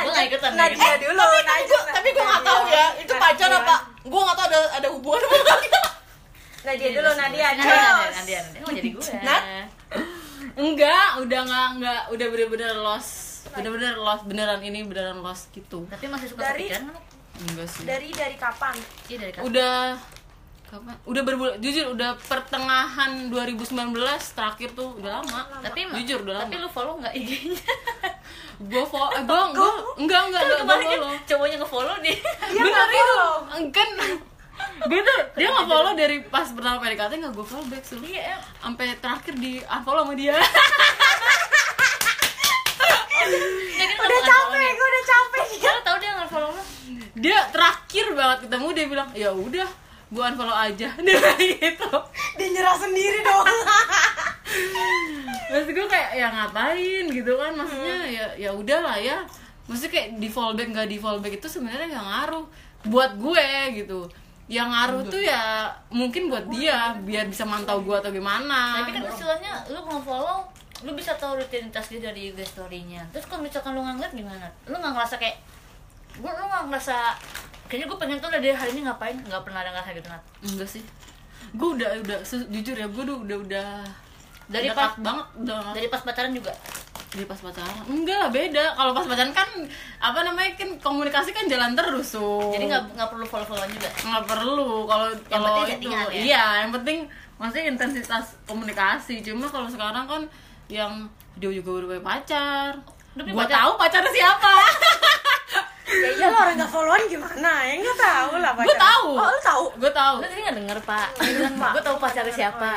Speaker 1: Gua nggak ikutan.
Speaker 2: Nadia
Speaker 1: ya.
Speaker 2: dulu Eh,
Speaker 5: tapi kan
Speaker 2: Nadia.
Speaker 5: gua, tapi gue nggak tahu ya itu
Speaker 1: Nah,
Speaker 5: pacar
Speaker 1: iya.
Speaker 5: apa gue nggak tahu ada ada hubungan apa enggak.
Speaker 2: Nadia dulu Nadia
Speaker 1: Nadia, Nadia,
Speaker 2: terus
Speaker 1: Nadia, Nadia. Mau jadi gue.
Speaker 5: Nat?
Speaker 3: enggak udah nggak nggak udah bener-bener lost bener-bener lost beneran ini beneran lost gitu
Speaker 1: Tapi masih suka
Speaker 2: Dari-
Speaker 1: kepikiran kan?
Speaker 3: enggak sih
Speaker 2: dari dari kapan
Speaker 1: Iya dari kapan?
Speaker 3: udah kapan udah berbulan jujur udah pertengahan 2019 terakhir tuh udah lama
Speaker 1: Tapi ma-
Speaker 3: jujur udah
Speaker 1: Tapi
Speaker 3: lama
Speaker 1: lu follow nggak IG-nya?
Speaker 3: gue follow eh gue enggak enggak enggak enggak
Speaker 1: Kemarin
Speaker 3: gua
Speaker 1: kan
Speaker 3: follow
Speaker 1: cowoknya nge-follow nih.
Speaker 2: dia nggak follow
Speaker 3: kan gue tuh dia nggak follow dari pas pertama PDKT nggak gue follow back sih
Speaker 1: Iya.
Speaker 3: sampai terakhir di unfollow sama dia
Speaker 1: Kan
Speaker 2: udah capek gue udah capek
Speaker 1: Kalau tahu dia nge-follow lu.
Speaker 3: dia terakhir banget ketemu dia bilang ya udah gue unfollow aja dia kayak gitu
Speaker 2: dia nyerah sendiri dong
Speaker 3: terus gue kayak ya ngapain gitu kan maksudnya
Speaker 1: Hmm.
Speaker 3: ya ya udahlah ya maksudnya kayak di fallback nggak di fallback itu sebenarnya nggak ngaruh buat gue gitu yang ngaruh tuh ya mungkin buat dia biar bisa mantau gue atau gimana
Speaker 1: Tapi kan istilahnya lu nge-follow lu bisa tahu rutinitas dia dari IG story-nya. Terus kalau misalkan lu nggak ngeliat gimana? Lu nggak ngerasa kayak gua lu nggak ngerasa kayaknya gue pengen tuh dari hari ini ngapain nggak pernah ada ngerasa gitu Nat
Speaker 3: enggak sih gue udah udah se- jujur ya gue udah udah udah
Speaker 1: Dari
Speaker 3: udah
Speaker 1: pas-
Speaker 3: cut banget udah nggak-
Speaker 1: dari pas pacaran juga
Speaker 3: dari pas pacaran enggak lah beda kalau pas pacaran kan apa namanya kan komunikasi kan jalan terus tuh
Speaker 1: jadi nggak nggak perlu follow followan juga
Speaker 3: nggak perlu kalau kalau
Speaker 1: penting
Speaker 3: itu
Speaker 1: settingan ya?
Speaker 3: iya yang penting maksudnya intensitas komunikasi cuma kalau sekarang kan yang dia juga udah punya pacar
Speaker 1: Udah punya
Speaker 3: gua
Speaker 1: pacar?
Speaker 3: tahu pacarnya siapa
Speaker 2: ya iya lo orang nggak followan gimana ya nggak tahu lah
Speaker 3: gua
Speaker 2: pacaran.
Speaker 3: tahu
Speaker 2: oh lu tahu
Speaker 3: gua tahu
Speaker 1: lu tadi nggak denger pak gue tahu pacarnya siapa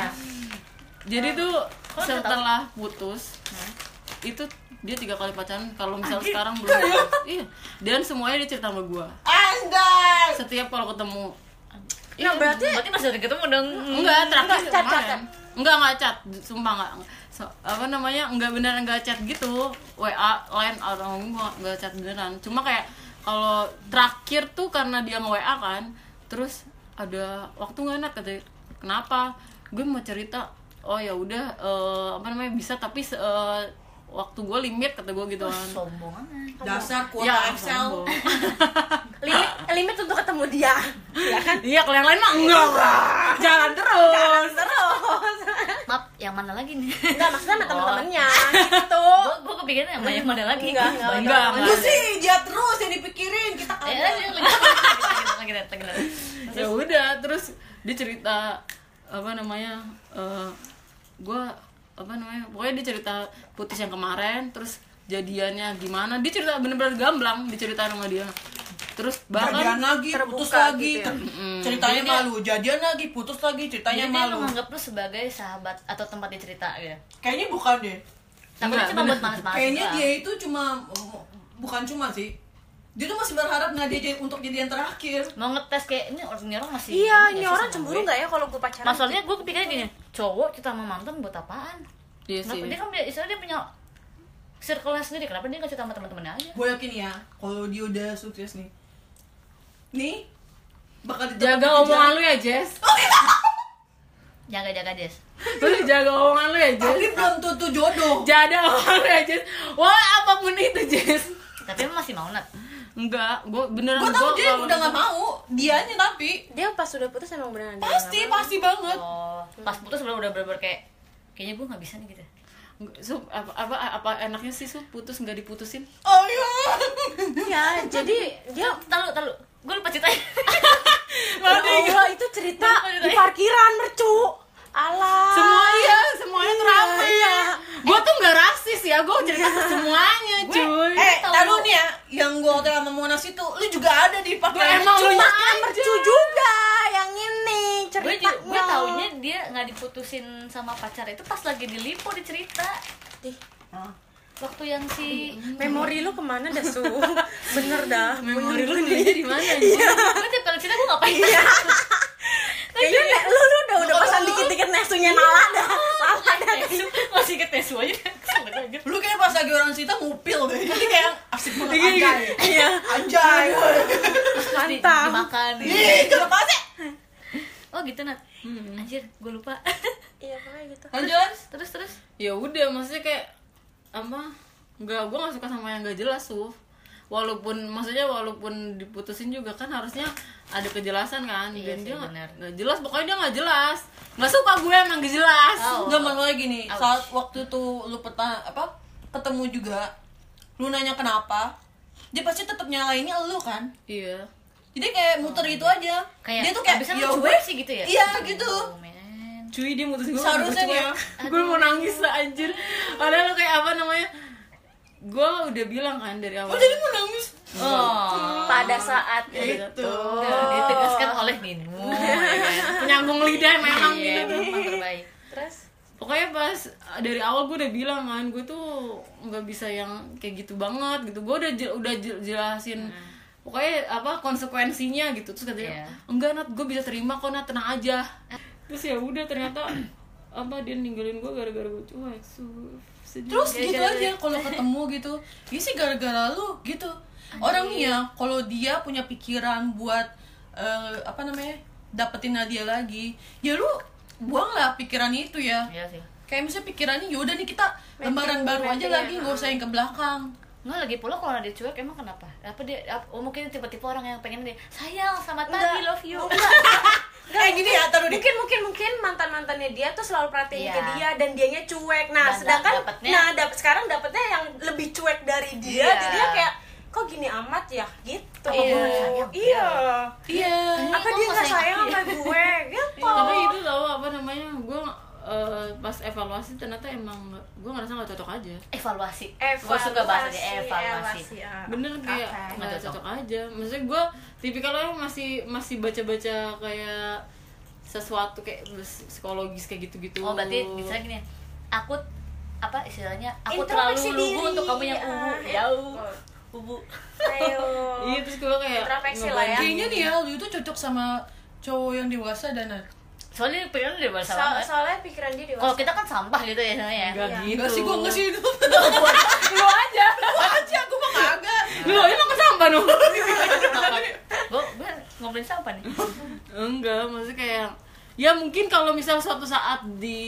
Speaker 3: jadi tuh
Speaker 1: udah tahu?
Speaker 3: setelah putus itu dia tiga kali pacaran kalau misalnya sekarang belum putus. iya dan semuanya dia cerita sama gua
Speaker 5: anjay
Speaker 3: setiap kalau ketemu
Speaker 1: Iya, berarti berarti masih sering ketemu dong.
Speaker 3: enggak
Speaker 2: enggak,
Speaker 3: terakhir
Speaker 2: cat,
Speaker 3: kemarin.
Speaker 2: cat, cat.
Speaker 3: enggak enggak cat sumpah enggak So, apa namanya enggak beneran enggak cat gitu wa lain orang enggak enggak cat beneran cuma kayak kalau terakhir tuh karena dia nge wa kan terus ada waktu nggak enak kata kenapa gue mau cerita oh ya udah eh, apa namanya bisa tapi se- eh, waktu gue limit kata gue gitu kan
Speaker 1: Oh, Sombong amat.
Speaker 5: dasar kuota
Speaker 3: ya
Speaker 5: Excel
Speaker 3: sombong.
Speaker 2: limit limit untuk ketemu dia ya kan
Speaker 3: iya kalau yang lain mah enggak lah. jalan terus
Speaker 2: terus
Speaker 1: Maaf, yang mana lagi nih?
Speaker 2: nggak maksudnya sama temen-temennya gitu
Speaker 1: Gua gua kepikiran yang mana, yang mana lagi.
Speaker 2: Enggak, enggak,
Speaker 3: enggak,
Speaker 1: enggak.
Speaker 5: lu sih dia terus yang dipikirin kita
Speaker 1: Eh,
Speaker 5: kagak
Speaker 1: lanjut, lanjut, lanjut, lanjut, lanjut, lanjut.
Speaker 3: ya udah terus dia cerita apa namanya eh gue apa namanya pokoknya dia cerita putus yang kemarin terus jadiannya gimana dia cerita bener-bener gamblang diceritain sama dia terus
Speaker 5: jadian
Speaker 3: bahkan
Speaker 5: lagi
Speaker 2: terbuka
Speaker 5: putus
Speaker 2: gitu
Speaker 5: lagi
Speaker 2: ya.
Speaker 5: ter- ceritanya malu jadian lagi putus lagi ceritanya
Speaker 1: Jadi dia
Speaker 5: malu
Speaker 1: menganggap lu sebagai sahabat atau tempat dia cerita gitu.
Speaker 5: kayaknya bukan deh
Speaker 1: Tapi
Speaker 3: Enggak,
Speaker 1: dia cuma
Speaker 3: bener.
Speaker 1: buat manas-manasin.
Speaker 5: kayaknya
Speaker 1: doang.
Speaker 5: dia itu cuma bukan cuma sih dia tuh masih berharap nggak dia jadi- untuk jadian terakhir
Speaker 1: mau ngetes kayak ini orang ini orang masih
Speaker 2: iya
Speaker 1: nggak
Speaker 2: ini
Speaker 1: sih
Speaker 2: orang
Speaker 1: sama
Speaker 2: cemburu
Speaker 1: gue?
Speaker 2: nggak ya kalau gue pacaran
Speaker 1: Masalahnya gua kepikiran gini, cowok cerita sama mantan buat apaan?
Speaker 3: dia iya sih
Speaker 1: Kenapa dia kan dia, istilahnya dia punya circle sendiri, kenapa dia nggak cerita sama teman-temannya aja?
Speaker 5: gue yakin ya kalau dia udah sukses nih nih bakal ditemuin
Speaker 3: jaga
Speaker 5: di
Speaker 3: omongan
Speaker 5: jalan.
Speaker 3: lu ya Jess
Speaker 1: Jaga-jaga, Des.
Speaker 3: lu jaga omongan lu ya Jess
Speaker 5: tapi belum tentu jodoh
Speaker 3: jaga omongan lu ya Jess wah apapun itu Jess
Speaker 1: Tapi emang masih mau nat.
Speaker 3: enggak gue beneran
Speaker 5: gue tau
Speaker 3: gua
Speaker 5: dia
Speaker 3: kalau-
Speaker 5: udah nggak mau dianya tapi
Speaker 2: dia pas udah putus emang beneran dia
Speaker 5: pasti
Speaker 2: nggak
Speaker 5: pasti banget
Speaker 1: Oh,
Speaker 5: Hmm.
Speaker 1: pas putus udah udah bener-bener kayak kayaknya gue nggak bisa nih gitu.
Speaker 3: Sup, apa, apa apa enaknya sih Sup putus nggak diputusin
Speaker 5: oh iya
Speaker 2: mau. iya jadi dia
Speaker 1: Tahu tahu, gue lupa ceritanya.
Speaker 2: Ya Allah itu cerita di parkiran mercu
Speaker 4: Ah.
Speaker 2: alah
Speaker 3: semuanya semuanya tuh rame
Speaker 2: iya.
Speaker 3: gue tuh nggak rasis ya gue cerita ke semuanya cuy
Speaker 5: eh taruh nih ya yang gue hotel sama Monas itu lu juga ada di
Speaker 3: Gua
Speaker 5: pakai
Speaker 3: emang lu
Speaker 2: cuma kan mercu Iya, juga yang ini
Speaker 1: gue
Speaker 2: ceritanya
Speaker 1: juga gue taunya dia nggak diputusin sama pacar itu pas lagi di lipo dicerita
Speaker 2: Ih,
Speaker 1: waktu yang si
Speaker 2: Memori lu kemana dah su? Bener dah.
Speaker 3: memori eh, lu nulisnya di mana
Speaker 5: Iya.
Speaker 3: anjing?
Speaker 1: gue tiap kali cerita gue ngapain
Speaker 2: Kayaknya ne- lu lu udah udah pesan dikit-dikit nesunya nala dah. Lala dah.
Speaker 1: masih inget Nesu aja Kesel aja.
Speaker 5: Lu kayak pas lagi orang cerita ngupil deh. Jadi kayak asik banget anjay.
Speaker 2: Iya.
Speaker 5: Anjay.
Speaker 1: Terus di-
Speaker 2: Mantap.
Speaker 1: dimakan
Speaker 5: Ih, kenapa sih? Hmm.
Speaker 1: oh gitu nat anjir gue lupa
Speaker 2: Iya pokoknya gitu.
Speaker 5: Lanjut.
Speaker 1: terus terus
Speaker 3: ya udah maksudnya kayak apa nggak gue nggak suka sama yang nggak jelas tuh walaupun maksudnya walaupun diputusin juga kan harusnya ada kejelasan kan
Speaker 1: Iya
Speaker 3: dan
Speaker 1: sih,
Speaker 3: dia nggak-
Speaker 1: benar.
Speaker 3: nggak jelas pokoknya dia nggak jelas nggak suka gue emang nggak jelas
Speaker 1: Oh.
Speaker 5: Enggak masalahnya gini,
Speaker 1: Ouch.
Speaker 5: saat waktu tuh lu peta apa ketemu juga, lu nanya kenapa, dia pasti tetap nyalainnya lu kan.
Speaker 3: iya
Speaker 5: Jadi kayak muter gitu aja.
Speaker 1: Oh. kayak
Speaker 5: dia tuh kayak
Speaker 1: bisa
Speaker 5: "Ya
Speaker 1: mencuek
Speaker 5: udah."
Speaker 1: sih gitu ya
Speaker 5: Iya gitu.
Speaker 1: Oh, man.
Speaker 3: cuy dia mutusin gue
Speaker 5: Seharusnya
Speaker 3: gue
Speaker 5: dia-
Speaker 3: gue mau nangis lah anjir padahal lu kayak apa namanya gue udah bilang kan dari awal
Speaker 5: Lu jadi mau nangis.
Speaker 1: oh
Speaker 2: Pada saat
Speaker 3: itu
Speaker 1: Tuh, ditegaskan oleh Nino
Speaker 3: penyambung lidah memang gitu
Speaker 1: iya memang terbaik
Speaker 2: terus
Speaker 3: pokoknya pas uh, dari awal gue udah bilang kan gue tuh nggak bisa yang kayak gitu banget gitu gue udah je- udah je- jelasin pokoknya apa konsekuensinya gitu terus katanya
Speaker 1: Nah. Iya. Eh.
Speaker 3: enggak nat gue bisa terima kok nat tenang aja terus ya udah ternyata apa dia ninggalin gue gara-gara gue cuek su sedih.
Speaker 5: Terus gitu aja kalau ketemu gitu. Ini sih gara-gara lu gitu. Orang nih ya kalau dia punya pikiran buat eh, apa namanya? dapetin Nadia lagi, ya lu buanglah pikiran itu ya.
Speaker 1: iya sih
Speaker 5: kayak misalnya pikirannya yaudah nih kita lembaran baru aja lagi nggak usah yang ke belakang
Speaker 1: Nggak lagi pula kalau dia cuek emang kenapa? Apa dia apa- oh, mungkin tipe-tipe orang yang pengen dia sayang selamat pagi
Speaker 2: Nggak.
Speaker 1: love you.
Speaker 5: kayak gini ya taruh
Speaker 2: mungkin mungkin mungkin mantan mantannya dia tuh selalu perhatiin
Speaker 1: Iya.
Speaker 2: ke dia dan dianya cuek nah
Speaker 1: Dan
Speaker 2: sedangkan
Speaker 1: dapetnya-
Speaker 2: nah dapat sekarang dapetnya yang lebih cuek dari dia
Speaker 1: Iya.
Speaker 2: jadi dia kayak kok gini amat ya gitu
Speaker 1: Apa gue nggak sayang?
Speaker 2: iya
Speaker 5: iya
Speaker 2: apa
Speaker 1: Kok
Speaker 2: dia
Speaker 1: nggak
Speaker 2: nggak
Speaker 1: sayang?
Speaker 2: sayang sama gue gitu
Speaker 3: tapi itu tau apa namanya gue eh, pas evaluasi ternyata emang nggak- gue ngerasa nggak cocok aja
Speaker 1: Evaluasi. Gue suka bahasanya evaluasi.
Speaker 2: ah.
Speaker 3: bener kayak
Speaker 2: Oke.
Speaker 3: nggak
Speaker 1: Nggak
Speaker 3: cocok aja maksudnya gue tipikal orang yang masih masih baca-baca kayak sesuatu kayak bes- psikologis kayak gitu-gitu
Speaker 1: Oh berarti bisa gini. Aku apa istilahnya? Aku
Speaker 2: Introspeksi
Speaker 1: terlalu lugu
Speaker 2: diri.
Speaker 1: untuk kamu yang ubu.
Speaker 2: Ah.
Speaker 1: Ya u- ubu.
Speaker 2: ayo
Speaker 3: iya terus gue kayak
Speaker 2: Introspeksi lah ya.
Speaker 5: kayaknya nih ya lu itu cocok sama cowok yang dewasa dan
Speaker 1: Soalnya pikiran dia
Speaker 2: So-
Speaker 1: bahasa banget.
Speaker 2: soalnya pikiran dia dewasa
Speaker 1: Kalau kita kan sampah gitu ya namanya.
Speaker 3: nggak
Speaker 2: Iya.
Speaker 3: gitu
Speaker 5: enggak sih gua enggak sih itu
Speaker 3: lu aja
Speaker 5: Gua aja gua mah kagak
Speaker 3: lu emang kesampah dong
Speaker 1: Gue gue ngobrolin sampah nih.
Speaker 3: enggak maksudnya kayak ya mungkin kalau misal suatu saat di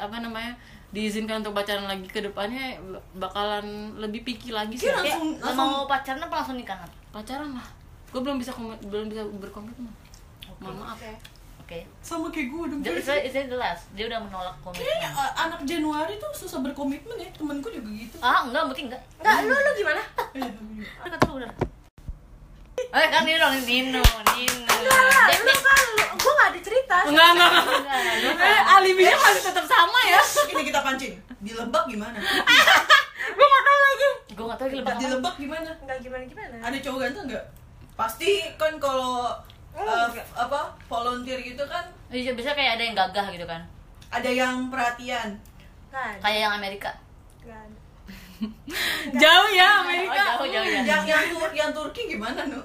Speaker 3: apa namanya diizinkan untuk pacaran lagi ke depannya bakalan lebih pikir lagi sih
Speaker 5: Iya.
Speaker 1: Kayak,
Speaker 5: Langsung-
Speaker 1: lo mau pacaran apa langsung nikah? Nat?
Speaker 3: pacaran lah gue belum bisa kom- belum bisa berkomitmen mohon maaf
Speaker 2: Oke.
Speaker 1: Oke.
Speaker 5: sama kayak gua dong
Speaker 1: Jadi
Speaker 5: kayaknya
Speaker 1: saya jelas dia udah menolak komitmen.
Speaker 5: eh, anak Januari tuh susah berkomitmen ya temenku juga gitu
Speaker 1: Ah enggak, mungkin enggak.
Speaker 2: nggak lu lu gimana
Speaker 5: iya,
Speaker 1: Udah kata lu udah. Eh kan Nino, Nino, Nino.
Speaker 2: Nggak,
Speaker 1: Dek,
Speaker 2: lu
Speaker 1: dek.
Speaker 2: kan gue nggak ada cerita
Speaker 3: enggak enggak enggak
Speaker 1: Enggak, enggak.
Speaker 3: Eh, alibinya masih tetap sama ya.
Speaker 5: ini kita pancing dilebak gimana
Speaker 2: gue nggak tahu lagi
Speaker 1: Gue gak tau lagi lebih apa.
Speaker 5: dilebak gimana
Speaker 2: nggak gimana gimana
Speaker 5: ada cowok ganteng nggak pasti kan kalau eh, apa volunteer gitu kan
Speaker 1: Iya, biasanya kayak ada yang gagah gitu kan.
Speaker 5: ada yang perhatian
Speaker 2: nggak ada
Speaker 1: Kayak yang Amerika.
Speaker 2: nggak ada
Speaker 3: Jauh ya
Speaker 1: Oh,
Speaker 3: Amerika.
Speaker 1: jauh, jauh ya.
Speaker 5: yang yang Tur- yang Turki gimana nu?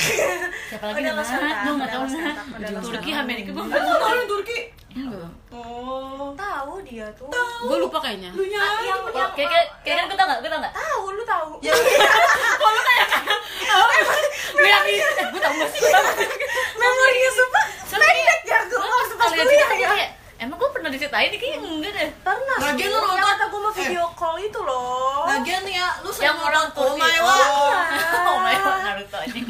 Speaker 1: Siapa lagi
Speaker 2: Udah
Speaker 1: nih?
Speaker 2: lost
Speaker 1: Nat?
Speaker 2: kontak,
Speaker 1: Gua
Speaker 2: udah
Speaker 1: gak tau
Speaker 2: lost
Speaker 1: Nat.
Speaker 2: kontak, udah lost
Speaker 1: Turki, Amerika, gue
Speaker 5: Kan
Speaker 1: gak
Speaker 5: lu tahu yang Turki?
Speaker 3: Enggak.
Speaker 5: Oh.
Speaker 2: tahu dia tuh
Speaker 3: Gue lupa kayaknya.
Speaker 5: Lu nyari.
Speaker 2: Ah, yang yang
Speaker 1: iya, Kayak kayak- kayak kan gue tau gak? Gue tau gak?
Speaker 2: tahu lu tahu
Speaker 5: Ya,
Speaker 3: Lu yang ini.
Speaker 1: Gue tau gak sih? Gue tau gak sih?
Speaker 2: memorinya sumpah pendek ya gue
Speaker 1: Gua
Speaker 2: waktu
Speaker 1: pas
Speaker 2: pas
Speaker 1: liat
Speaker 2: kuliah
Speaker 1: cerita
Speaker 2: ya
Speaker 1: kayak, Emang gue pernah diceritain? Kayaknya enggak deh.
Speaker 2: pernah sih,
Speaker 5: Lagian lu
Speaker 2: yang
Speaker 5: nonton-
Speaker 2: kata gue mau video call itu loh
Speaker 5: lagian nih ya, lu sering
Speaker 1: Yang orang
Speaker 5: nonton Oh
Speaker 1: Turki.
Speaker 5: My Wa.
Speaker 1: Oh, oh my god, Naruto anjing.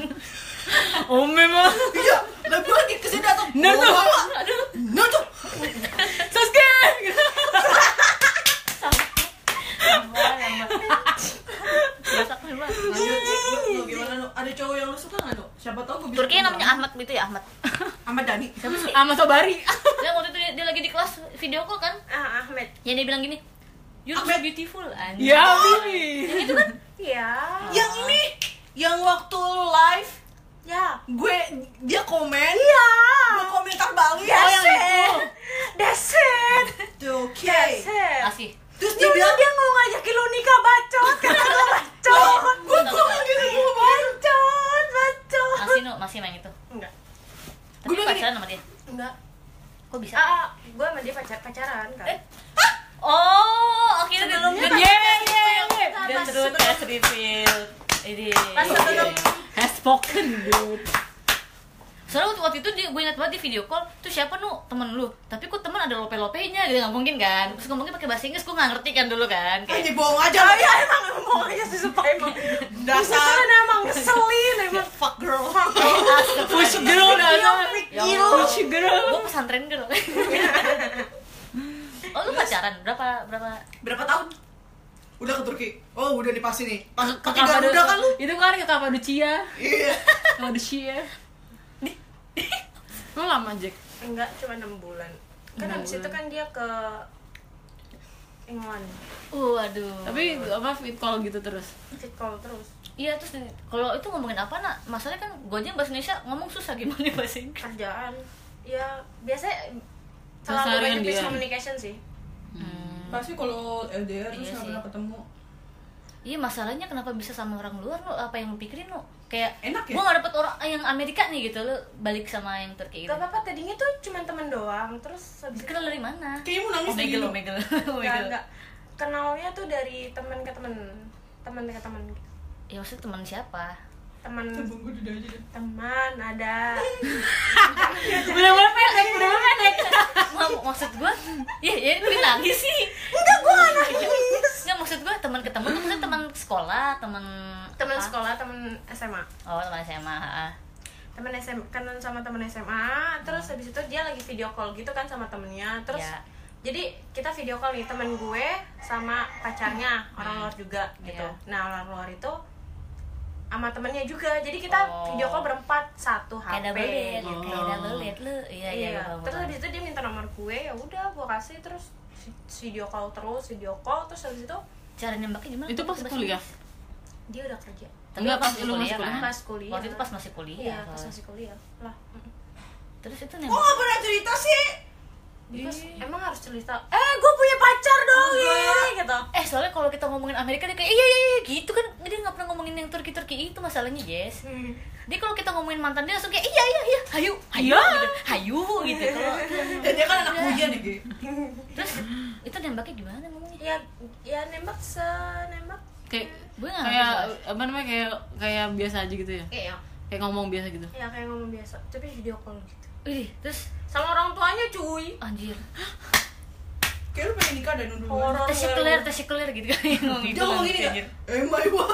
Speaker 3: Oh memang.
Speaker 5: Iya, lebih lagi ke sini atau
Speaker 3: Naruto.
Speaker 5: Oh My Wa. Naruto.
Speaker 3: Sasuke.
Speaker 1: Wah, yang Masak nih, Bang.
Speaker 5: Lanjut, lu- lu gimana nu? Ada cowok yang lu suka enggak nu? Siapa tahu gua bisa.
Speaker 1: Turki namanya Ahmad gitu ya, Ahmad.
Speaker 5: Ahmad Dhani.
Speaker 3: Sama Sobari.
Speaker 1: Dia waktu itu dia, dia lagi di kelas video call kan?
Speaker 2: ah Ahmed
Speaker 1: Yang dia bilang gini, You're so beautiful, anjing.
Speaker 3: Ya Billy.
Speaker 2: ya
Speaker 5: Yang ini yang waktu live
Speaker 2: ya
Speaker 5: Oh, gue dia komen
Speaker 2: ya
Speaker 5: gue komentar balik
Speaker 2: Iya
Speaker 5: oh yang
Speaker 2: sih.
Speaker 5: itu
Speaker 6: Tuh, oke.
Speaker 1: Asih.
Speaker 6: Terus dia
Speaker 2: Dulu
Speaker 6: bilang,
Speaker 2: dia mau ngajakin lo nikah bacot, kata lo bacot.
Speaker 6: gue gue mau gitu gue mau.
Speaker 2: Bacot, bacot.
Speaker 1: Masih nu, masih main itu.
Speaker 6: Enggak,
Speaker 1: Tapi
Speaker 6: Gua bilang
Speaker 1: pacaran sama dia.
Speaker 6: enggak.
Speaker 1: Kok bisa?
Speaker 4: ah gue sama dia pacar pacaran kan
Speaker 2: Eh,
Speaker 1: Oh, akhirnya
Speaker 4: Sebelumnya
Speaker 1: dia- dia
Speaker 4: Pas
Speaker 1: cerut
Speaker 4: sebelum-
Speaker 1: ya Srifield. Ini.
Speaker 4: pas sebelum
Speaker 3: Has spoken dude.
Speaker 1: Soalnya waktu- waktu itu dia, gue ingat banget di video call tuh siapa nu temen lu, tapi kok temen ada lope-lopenya gitu nggak mungkin kan? Terus ngomongnya pakai bahasa Inggris, gue nggak ngerti kan dulu kan?
Speaker 6: Ah, dia
Speaker 1: Kayak
Speaker 6: bohong aja.
Speaker 2: Ah, ya emang ngomong aja sih supaya emang
Speaker 6: Dasar.
Speaker 2: Ngeselin emang ngeselin
Speaker 4: Iya.
Speaker 2: emang
Speaker 6: Fuck girl.
Speaker 3: Push girl dah.
Speaker 1: Ya Allah.
Speaker 3: Push girl.
Speaker 1: gue pesantren dulu. oh lu pacaran berapa berapa?
Speaker 6: Berapa tahun? Udah ke Turki. Oh, udah nih pasti nih. Pas
Speaker 3: Ke
Speaker 6: pakai Garuda kan lu?
Speaker 3: Itu kan ke Kapadocia.
Speaker 6: Iya.
Speaker 3: Kapadocia. Lo lama, Jack?
Speaker 4: enggak cuma enam bulan kan
Speaker 3: Enam
Speaker 4: habis itu kan
Speaker 3: bulan.
Speaker 4: dia ke England
Speaker 1: Uh, aduh.
Speaker 3: Tapi apa fit call gitu terus.
Speaker 4: fit call terus
Speaker 1: iya terus di- kalau itu ngomongin apa nak? Masalahnya kan gue aja bahasa Indonesia ngomong susah gimana bahasa Inggris?
Speaker 4: kerjaan ya biasanya
Speaker 3: Bahasa
Speaker 4: selalu banyak
Speaker 3: harian
Speaker 4: peace
Speaker 3: dia.
Speaker 4: communication sih
Speaker 5: Pasti kalau LDR terus
Speaker 1: Iya
Speaker 5: nggak
Speaker 1: sih.
Speaker 5: pernah ketemu.
Speaker 1: Iya masalahnya kenapa bisa sama orang luar lu apa yang lu pikirin lu? Kayak
Speaker 5: Enak ya?
Speaker 1: Gue gak dapet orang yang Amerika nih gitu lu balik sama yang Turki
Speaker 2: Iya.
Speaker 1: gitu.
Speaker 4: gak apa-apa tadinya tuh cuma temen doang terus habis itu
Speaker 1: Kenal dari mana? Oh,
Speaker 6: Kayaknya mau nangis
Speaker 1: Omegel,
Speaker 6: gitu.
Speaker 1: omegel,
Speaker 4: enggak,
Speaker 1: omegel.
Speaker 4: enggak. kenalnya tuh dari temen ke temen temen ke temen
Speaker 1: Ya maksudnya teman siapa?
Speaker 4: teman
Speaker 6: Tembung gue udah aja deh.
Speaker 4: teman ada
Speaker 3: Bener-bener pendek, bener-bener pendek.
Speaker 1: Nggak, maksud gue, ya ya ini lagi sih. Iya.
Speaker 2: Enggak, gue gak nangis
Speaker 1: Nggak maksud gue teman ke teman, maksudnya teman sekolah, teman
Speaker 4: teman
Speaker 1: apa?
Speaker 4: sekolah teman SMA
Speaker 1: Oh teman SMA. ah.
Speaker 4: temen SMA kanan sama temen SMA terus habis itu dia lagi video call gitu kan sama temennya terus
Speaker 1: Hmm. Ya.
Speaker 4: jadi kita video call nih temen gue sama pacarnya
Speaker 1: Hmm.
Speaker 4: orang luar juga gitu
Speaker 1: Iya.
Speaker 4: nah orang luar itu sama temennya juga jadi kita
Speaker 1: Oh.
Speaker 4: video call berempat satu
Speaker 1: Kayak
Speaker 4: HP
Speaker 1: double date, kayak double date lu. Iya iya.
Speaker 4: ya? Oh. iya
Speaker 1: gua paham,
Speaker 4: terus
Speaker 1: paham.
Speaker 4: habis itu dia minta nomor gue ya udah gue kasih terus vi- video call terus video call terus habis itu
Speaker 1: cara nembaknya gimana?
Speaker 3: Itu pas
Speaker 1: Bahasa
Speaker 3: kuliah.
Speaker 1: Inggris.
Speaker 4: dia udah kerja
Speaker 1: Tapi
Speaker 3: Enggak,
Speaker 1: pas
Speaker 3: pas
Speaker 1: lu
Speaker 3: lu masih
Speaker 1: kuliah
Speaker 3: kuliah.
Speaker 1: kan?
Speaker 4: Pas kuliah.
Speaker 1: Waktu itu pas masih kuliah.
Speaker 4: iya pas
Speaker 1: soalnya.
Speaker 4: masih kuliah lah Mm-mm.
Speaker 1: Terus itu
Speaker 6: Kok
Speaker 1: nembak.
Speaker 6: nggak pernah cerita sih?
Speaker 4: Because emang harus cerita
Speaker 2: Eh, gue punya pacar dong
Speaker 4: eh gitu
Speaker 1: Eh soalnya kalau kita ngomongin Amerika dia kayak iya iya iya gitu kan dia nggak pernah ngomongin yang Turki Turki itu masalahnya yes.
Speaker 4: Hmm.
Speaker 1: Dia kalau kita ngomongin mantan dia langsung kayak iya iya iya hayu hayu gitu. hayu gitu. Kalau
Speaker 6: Dan dia kan anak kuliah nih, Ge.
Speaker 1: terus itu nembaknya gimana ngomongnya?
Speaker 4: ya ya nembak senembak
Speaker 3: Kayak
Speaker 1: Gue nggak
Speaker 3: kayak
Speaker 1: ngerti,
Speaker 3: apa namanya kayak kayak biasa aja gitu ya.
Speaker 4: kayak
Speaker 3: Kayak ngomong biasa gitu.
Speaker 4: ya kayak ngomong biasa tapi video call gitu
Speaker 1: Wih, terus
Speaker 4: sama orang tuanya cuy
Speaker 1: anjir.
Speaker 6: Kayak lu pengen nikah dan undur
Speaker 4: horor
Speaker 1: Tesikuler, tesikuler gitu kan ngomong
Speaker 6: Dia ngomong gini gak? Eh, my God.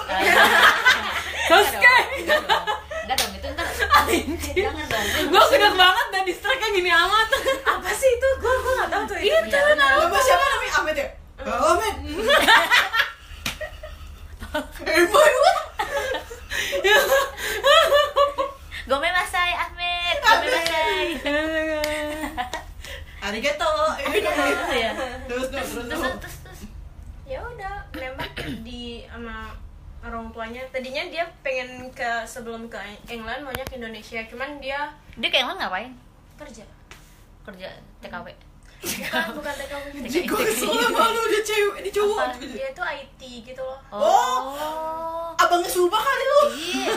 Speaker 1: Enggak dong, itu ntar Jangan dong
Speaker 3: Gue sedih banget dan distrek gini amat.
Speaker 4: apa sih itu gue gue nggak tahu tuh itu Ya
Speaker 6: Bapak siapa namanya? Ahmed ya? Oh, Ahmed. Eh, my God.
Speaker 1: Gome masai, Ahmed Gome masai
Speaker 6: Arigato.
Speaker 1: Gitu ya
Speaker 6: Eh, Terus, terus, terus.
Speaker 1: Terus, terus, terus
Speaker 4: ya udah nembak di sama orang tuanya tadinya dia pengen ke sebelum ke England maunya ke Indonesia cuman dia
Speaker 1: Dia kayak emang ngapain?
Speaker 4: kerja
Speaker 1: Kerja TKW
Speaker 4: bukan bukan TKW
Speaker 1: TKI.
Speaker 6: Gue kesel banget udah cewek, ini cowok.
Speaker 4: Apa, dia itu IT gitu loh
Speaker 1: Oh
Speaker 6: Abangnya subah kali lu.
Speaker 1: Iya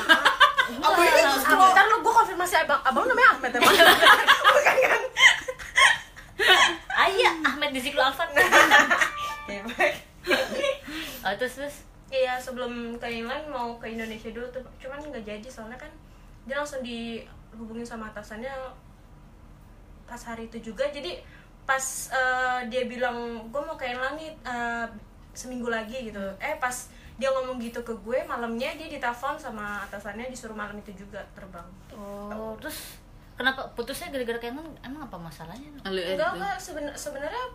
Speaker 6: Abangnya itu
Speaker 4: Abang,
Speaker 6: scroll.
Speaker 4: ntar lu gue konfirmasi abang, abang namanya Ahmed emang Bukan kan?
Speaker 1: Ayah, Ahmed di Ziklu Alfat
Speaker 4: kan?
Speaker 1: Oh, terus, terus
Speaker 4: Iya sebelum ke England mau ke Indonesia dulu tuh Cuman nggak jadi soalnya kan dia langsung dihubungin sama atasannya pas hari itu juga Jadi pas eh, dia bilang gue mau ke England nih eh, seminggu lagi gitu Eh pas dia ngomong gitu ke gue malamnya dia ditelepon sama atasannya disuruh malam itu juga terbang
Speaker 1: Oh, terus Kenapa putusnya gara-gara kayak emang, emang apa masalahnya?
Speaker 3: Lalu eh,
Speaker 4: Enggak enggak seben- sebenarnya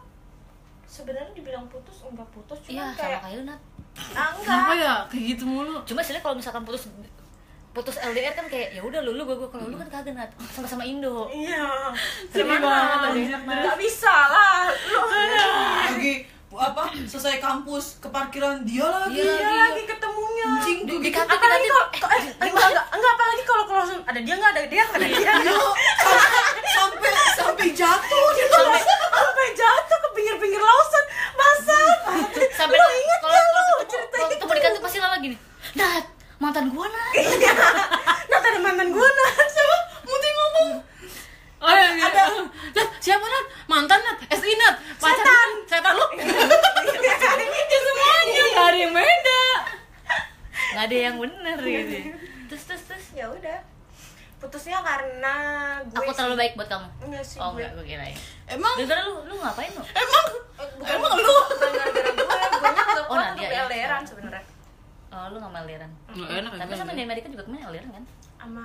Speaker 4: sebenarnya dibilang putus enggak putus
Speaker 1: Iya,
Speaker 4: cuman
Speaker 1: sama
Speaker 4: kayak
Speaker 1: kayak lu, Nat
Speaker 4: ah, enggak
Speaker 3: Kenapa ya kayak gitu mulu?
Speaker 1: cuma sebenarnya kalau misalkan putus putus LDR kan kayak ya udah lu lu gue gue kalau lu kan kagak nat sama-sama Indo
Speaker 4: Iya.
Speaker 3: Sedih
Speaker 4: Gimana?
Speaker 3: banget, Iya.
Speaker 4: Gak bisa lah. Lu
Speaker 6: Lagi apa selesai kampus ke parkiran dia lagi. ya.
Speaker 1: Iya,
Speaker 4: dia
Speaker 1: lagi.
Speaker 4: lagi ketemunya.
Speaker 6: Anjing gue gitu.
Speaker 4: Apalagi kalau eh, enggak enggak enggak apalagi kalau close ada dia enggak ada dia enggak ada dia.
Speaker 6: Sampai sampai jatuh dia.
Speaker 4: Sampai jatuh ke pinggir-pinggir ya,
Speaker 1: mantan gua nah
Speaker 2: Nata ada mantan gue nah Siapa? Muti ngomong
Speaker 3: Oh, iya, iya. Nat, siapa Nat? Mantan Nat? Eh, SI Nat? Pacar setan? Setan lu? ya semuanya, gak ada yang beda
Speaker 1: nggak ada yang bener gitu terus terus terus
Speaker 4: ya udah putusnya karena gue
Speaker 1: aku
Speaker 4: sih-
Speaker 1: terlalu baik buat kamu
Speaker 4: Enggak sih
Speaker 1: oh
Speaker 4: gue
Speaker 1: enggak gue kirain
Speaker 3: Emang?
Speaker 1: gara lu lu ngapain lu
Speaker 4: Eh, bukan emang lu bukan gara-gara gue gue nya nggak
Speaker 1: Oh,
Speaker 4: kuat
Speaker 1: Nadia
Speaker 4: untuk
Speaker 1: ya.
Speaker 4: LDRan sebenarnya
Speaker 1: oh lu nggak mau aliran
Speaker 3: Nggak enak ya,
Speaker 1: tapi
Speaker 3: gue
Speaker 1: sama
Speaker 3: nggak
Speaker 1: di Amerika juga kemarin aliran kan
Speaker 4: sama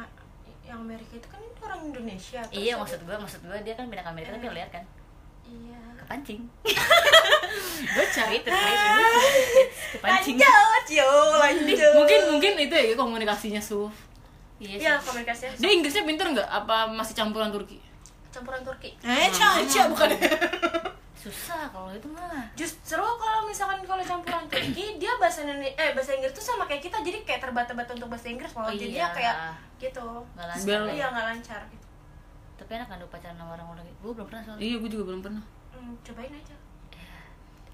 Speaker 4: yang Amerika itu kan itu orang Indonesia terus
Speaker 1: iya
Speaker 4: ada-
Speaker 1: maksud gua maksud gua dia kan pindah ke Amerika tapi aliran kan
Speaker 4: iya
Speaker 1: kepancing
Speaker 3: Baca
Speaker 1: Twitter kepancing
Speaker 2: Lanjut yo lanjut
Speaker 3: Mungkin, mungkin itu ya komunikasinya Suf
Speaker 1: iya
Speaker 4: iya
Speaker 1: sih.
Speaker 4: komunikasinya
Speaker 3: Dia Inggrisnya pinter nggak? Apa masih campuran Turki?
Speaker 4: campuran Turki
Speaker 6: Eh, Ca, Ca bukan.
Speaker 1: susah kalau itu mah
Speaker 4: justru kalau misalkan kalau campuran Turki dia bahasa Indonesia eh bahasa Inggris tuh sama kayak kita jadi kayak terbata-bata untuk bahasa Inggris
Speaker 1: Oh,
Speaker 4: malah jadinya
Speaker 1: iya.
Speaker 4: kayak gitu
Speaker 1: nggak lancar
Speaker 3: Bel.
Speaker 1: lah.
Speaker 4: iya nggak lancar gitu
Speaker 1: tapi enak kan lu pacaran sama orang orang gua belum pernah soalnya
Speaker 3: Iya, gue juga belum pernah
Speaker 4: Hmm, cobain aja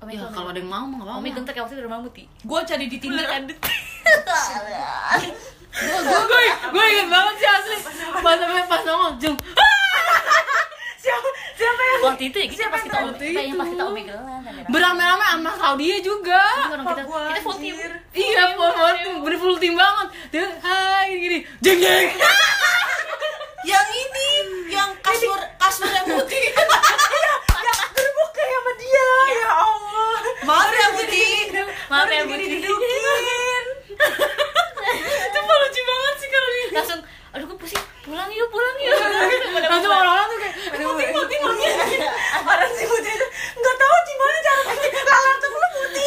Speaker 1: Omi
Speaker 3: Ya,
Speaker 1: Omi.
Speaker 3: kalau Oh. ada yang mau, mah nggak
Speaker 1: Omi
Speaker 3: apa-apa
Speaker 1: gentek ya waktu itu rumah muti
Speaker 5: Gue cari di Tinder.
Speaker 3: gue gue gue inget banget sih asli pas sampai pas nongol jeng
Speaker 1: waktu itu ya kita pas kita
Speaker 3: yang
Speaker 1: Omi-
Speaker 3: tahu
Speaker 1: kita
Speaker 3: itu?
Speaker 1: yang pas kita omegelan kan ya.
Speaker 3: beramai-ramai sama Claudia juga
Speaker 1: Ini orang kita kita full team
Speaker 3: iya full full team bener full team banget dia hai gini, gini jeng jeng
Speaker 6: Yang ini, yang kasur kasur yang putih.
Speaker 2: Gerbuk kayak sama dia Ya Allah
Speaker 6: Maaf ya putih.
Speaker 1: maaf ya muti
Speaker 3: itu mah lucu banget sih kalau ini
Speaker 1: langsung aduh gue pusing pulang yuk pulang yuk
Speaker 3: langsung orang-orang tuh kayak
Speaker 2: Putih putih putih Orang si putih itu Gak tau gimana cara putih Lalat tuh lu putih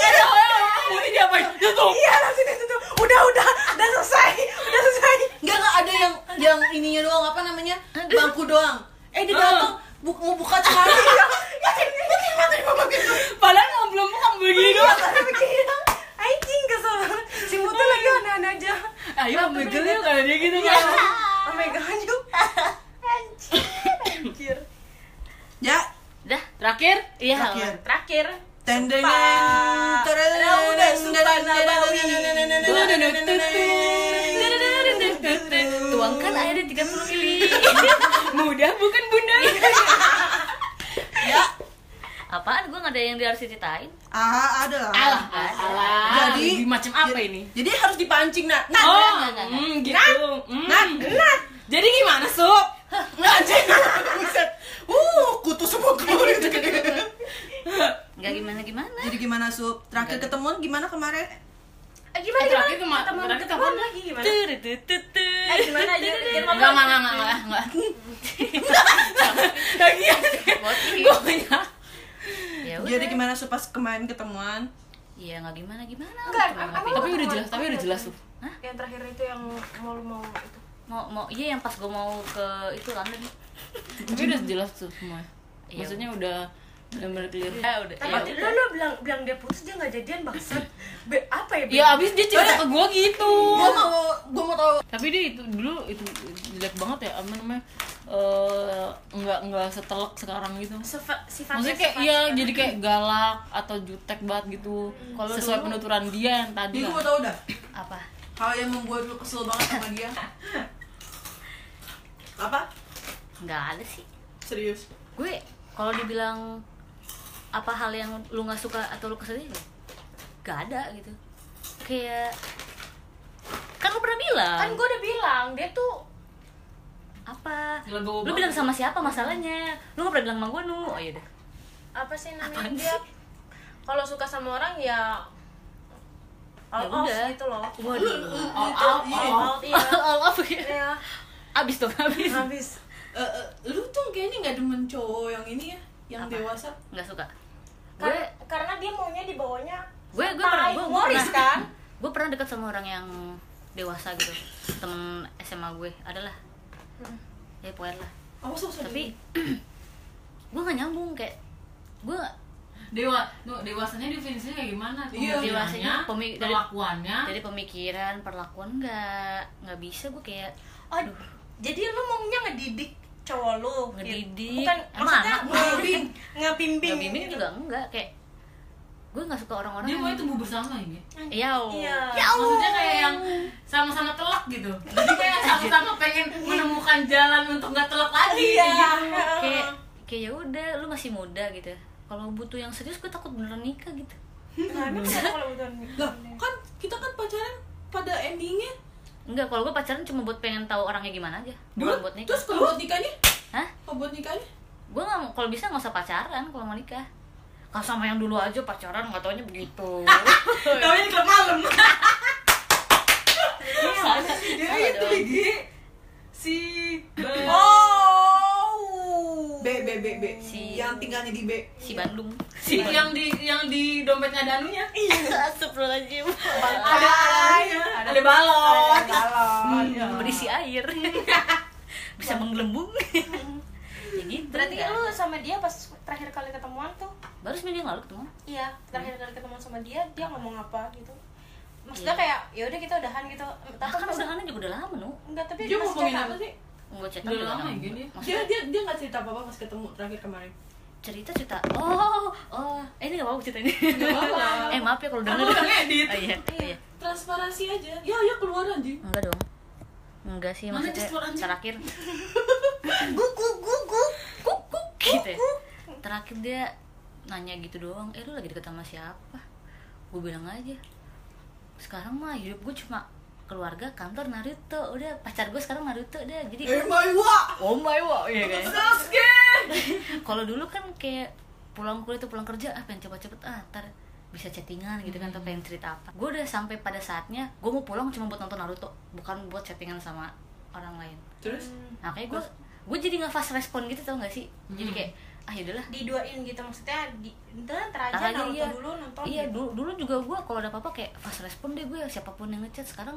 Speaker 3: ini diapain tutup
Speaker 2: Iya langsung itu tuh Udah udah Udah selesai Udah selesai
Speaker 6: Enggak enggak ada yang yang ininya doang apa namanya? Bangku doang. Eh dia datang bu- mau buka celana.
Speaker 3: padahal mau belum bukan begini doang
Speaker 2: Anjing kesel banget Si putih lagi aneh-aneh aja
Speaker 3: ayo ambil yuk kalau dia gitu kan
Speaker 2: Oh my god yuk
Speaker 6: Ya,
Speaker 1: dah
Speaker 3: terakhir
Speaker 1: iya
Speaker 6: Terakhir.
Speaker 4: terakhir
Speaker 6: tendeng.
Speaker 4: Sumpah.
Speaker 6: Udah
Speaker 4: Sumpah Nabawi.
Speaker 1: tuangkan airnya 30 mili
Speaker 3: mudah bukan bunda
Speaker 1: apaan gue gak ada yang dia harus diceritain
Speaker 6: Ah, ada lah.
Speaker 3: alah alah
Speaker 6: Jadi-
Speaker 3: jadi macam apa ini
Speaker 6: Jadi harus dipancing, Nak. Nah,
Speaker 3: oh,
Speaker 1: enggak, enggak, enggak.
Speaker 3: mm, gitu. Mm. Jadi gimana, Nah, Sup?
Speaker 6: Buset. Uh, kutu semua keluar itu.
Speaker 1: nggak gimana gimana
Speaker 6: Jadi gimana, Sup? Terakhir ketemuan gimana kemarin?
Speaker 4: Eh, gimana
Speaker 3: Eh, terakhir
Speaker 4: gimana?
Speaker 3: kema- terakhir
Speaker 4: ketemu
Speaker 3: kapan?
Speaker 4: lagi gimana?
Speaker 1: Tududududu.
Speaker 4: Eh, gimana aja? Jangan
Speaker 3: Enggak,
Speaker 4: ngobrol.
Speaker 3: enggak, enggak, enggak, enggak. Lagi ya. Gua punya.
Speaker 1: ya
Speaker 6: Jadi
Speaker 1: udah
Speaker 6: gimana, Sup, pas kemarin ketemuan?
Speaker 1: iya nggak gimana gimana
Speaker 4: Enggak,
Speaker 1: Cuma
Speaker 4: emang-
Speaker 1: ngapain.
Speaker 3: Tapi udah jelas, tapi udah jelas, Sup.
Speaker 4: Yang terakhir itu yang mau mau itu.
Speaker 1: mau mau iya yang pas gue mau ke itu kan London
Speaker 3: Tapi udah jelas tuh semua.
Speaker 1: Iya.
Speaker 3: Maksudnya udah udah bener clear.
Speaker 1: Ya udah
Speaker 4: Tapi lu lu bilang bilang dia putus dia nggak jadian bangsat. Be- apa ya? Be?
Speaker 3: Ya abis dia cerita ke gua gitu.
Speaker 6: Gua mau gua mau tahu
Speaker 3: Tapi dia itu dulu itu jelek banget ya, apa namanya? Eh, enggak enggak setelek sekarang gitu.
Speaker 4: Sefa- sifatnya
Speaker 3: Maksudnya kayak
Speaker 4: sifat-
Speaker 3: iya jadi kayak galak atau jutek banget gitu.
Speaker 1: Kalau
Speaker 3: Sesuai
Speaker 1: dulu-
Speaker 3: penuturan dia yang
Speaker 6: Jadi
Speaker 3: tadi lah.
Speaker 6: gua mau tahu dah.
Speaker 1: apa
Speaker 6: Hal yang membuat lu kesel banget sama dia. Apa?
Speaker 1: nggak ada sih
Speaker 6: Serius?
Speaker 1: gue kalau dibilang apa hal yang lu nggak suka atau lu keselin gak ada gitu kayak kan lu pernah bilang
Speaker 4: Kan gue udah bilang dia tuh
Speaker 1: apa
Speaker 3: Legowo
Speaker 1: lu bilang sama siapa masalahnya lu nggak pernah bilang sama gue nu oh iya deh
Speaker 4: apa sih namanya dia kalau suka sama orang ya all
Speaker 1: Ya
Speaker 4: off
Speaker 1: udah.
Speaker 4: gitu loh.
Speaker 1: waduh
Speaker 4: All out, all out, iya.
Speaker 1: all off ya.
Speaker 4: Iya,
Speaker 1: abis dong abis
Speaker 4: habis.
Speaker 6: Eh, eh, lu tuh kayaknya nggak demen cowok yang ini ya, yang dewasa.
Speaker 1: nggak suka gue
Speaker 4: Kar- karena dia maunya dibawanya
Speaker 1: gue gue
Speaker 4: Tai
Speaker 1: pernah gue gue
Speaker 4: Morris,
Speaker 1: pernah-
Speaker 4: kan?
Speaker 1: gue pernah dekat sama orang yang dewasa gitu temen SMA gue adalah ya pokoknya lah
Speaker 6: Apa sih
Speaker 1: tapi gue gak nyambung kayak gue
Speaker 3: dewa tuh, dewasanya definisinya kayak gimana
Speaker 6: Iya.
Speaker 1: Dewasanya,
Speaker 3: Pemikirannya,
Speaker 1: pemi- dari-
Speaker 3: perlakuannya
Speaker 1: dari pemikiran perlakuan nggak nggak bisa gue kayak
Speaker 4: Oh, jadi lu maunya ngedidik cowok lu gitu.
Speaker 1: Ngedidik?
Speaker 4: bukan
Speaker 1: Emang
Speaker 4: maksudnya
Speaker 1: anak?
Speaker 4: ngebimbing ngebimbing
Speaker 1: nggak bimbing
Speaker 4: gitu.
Speaker 1: juga enggak kayak gue gue nggak suka orang-orang
Speaker 3: Dia
Speaker 1: yang- oh.
Speaker 3: mau tumbuh bersama ini.
Speaker 1: Yau.
Speaker 4: Iya.
Speaker 3: Maksudnya kayak yang sama-sama telak gitu. Jadi kayak sama-sama pengen menemukan jalan untuk nggak telak lagi. Iya.
Speaker 1: kayak kayak ya udah lu masih muda gitu kalau butuh yang serius gue takut beneran nikah gitu
Speaker 4: Nah, emang kenapa kalau bukan
Speaker 6: Lah, kan kita kan pacaran pada endingnya.
Speaker 1: enggak kalau gue pacaran cuma buat pengen tahu orangnya gimana aja bukan
Speaker 6: Duh,
Speaker 1: buat nikah
Speaker 6: terus kalau buat nikahnya?
Speaker 1: hah
Speaker 6: Kalau buat nikahnya?
Speaker 1: gue nggak mau- kalau bisa nggak usah pacaran kalau mau nikah kalau sama yang dulu aja pacaran nggak taunya begitu
Speaker 6: Taunya klub malam.
Speaker 1: Iya,
Speaker 6: Ya itu
Speaker 1: dong.
Speaker 6: lagi. Si Oh. B B B B.
Speaker 1: Si-
Speaker 6: yang tinggalnya di B.
Speaker 1: si Bandung Iya,
Speaker 3: Si yang di yang di dompetnya danunya.
Speaker 1: Astagfirullahaladzim
Speaker 6: Ada ada ada balon.
Speaker 5: Kalau
Speaker 1: berisi air bisa menggelembung ya gitu
Speaker 4: Berarti lu sama dia pas terakhir kali ketemuan tuh
Speaker 1: baru seminggu yang lalu ketemu Nah,
Speaker 4: Iya, terakhir kali ketemu sama dia, dia ngomong apa gitu Maksudnya kayak, ya udah kita udahan gitu
Speaker 1: ah,
Speaker 4: Tapi
Speaker 1: kan
Speaker 4: pas-
Speaker 1: udahannya juga udah lama nu
Speaker 4: Enggak, tapi
Speaker 6: Dia
Speaker 4: pas
Speaker 6: ngomongin
Speaker 4: chat
Speaker 6: apa sih?
Speaker 1: nggak cetak
Speaker 3: Udah lama ya gini.
Speaker 6: Dia dia dia nggak cerita apa-apa pas ketemu terakhir kemarin.
Speaker 1: cerita cerita oh oh eh, ini gak mau cerita ini
Speaker 6: Gak apa-apa.
Speaker 1: eh maaf ya kalau denger
Speaker 6: Aku udah ngedit.
Speaker 1: oh, iya, iya.
Speaker 6: Transparansi aja. Ya ya keluar anjing.
Speaker 1: enggak dong enggak sih
Speaker 3: Mana
Speaker 1: maksudnya
Speaker 3: gestur anjing?
Speaker 1: terakhir gugu gugu kuku gitu ya. terakhir dia nanya gitu doang eh lu lagi deket sama siapa gue bilang aja sekarang mah hidup gue cuma keluarga kantor Naruto udah pacar gue sekarang Naruto udah jadi
Speaker 5: Eh.
Speaker 6: my god.
Speaker 1: oh my wow iya kan
Speaker 6: Sasuke.
Speaker 1: kalau dulu kan kayak pulang kuliah tuh pulang kerja ah pengen cepet-cepet ah ntar bisa chattingan gitu kan atau pengen cerita apa gue udah sampai pada saatnya gue mau pulang cuma buat nonton Naruto bukan buat chattingan sama orang lain
Speaker 6: Terus
Speaker 4: Hmm,
Speaker 1: nah kayak gue gue jadi nggak fast respon gitu tau gak sih jadi kayak ah yaudahlah
Speaker 4: diduain gitu maksudnya di ntar ntar
Speaker 1: Ntar aja,
Speaker 4: aja nonton
Speaker 1: iya.
Speaker 4: dulu nonton
Speaker 1: iya
Speaker 4: gitu.
Speaker 1: dulu dulu juga gue kalau ada apa-apa kayak fast respon deh gue siapapun yang ngechat sekarang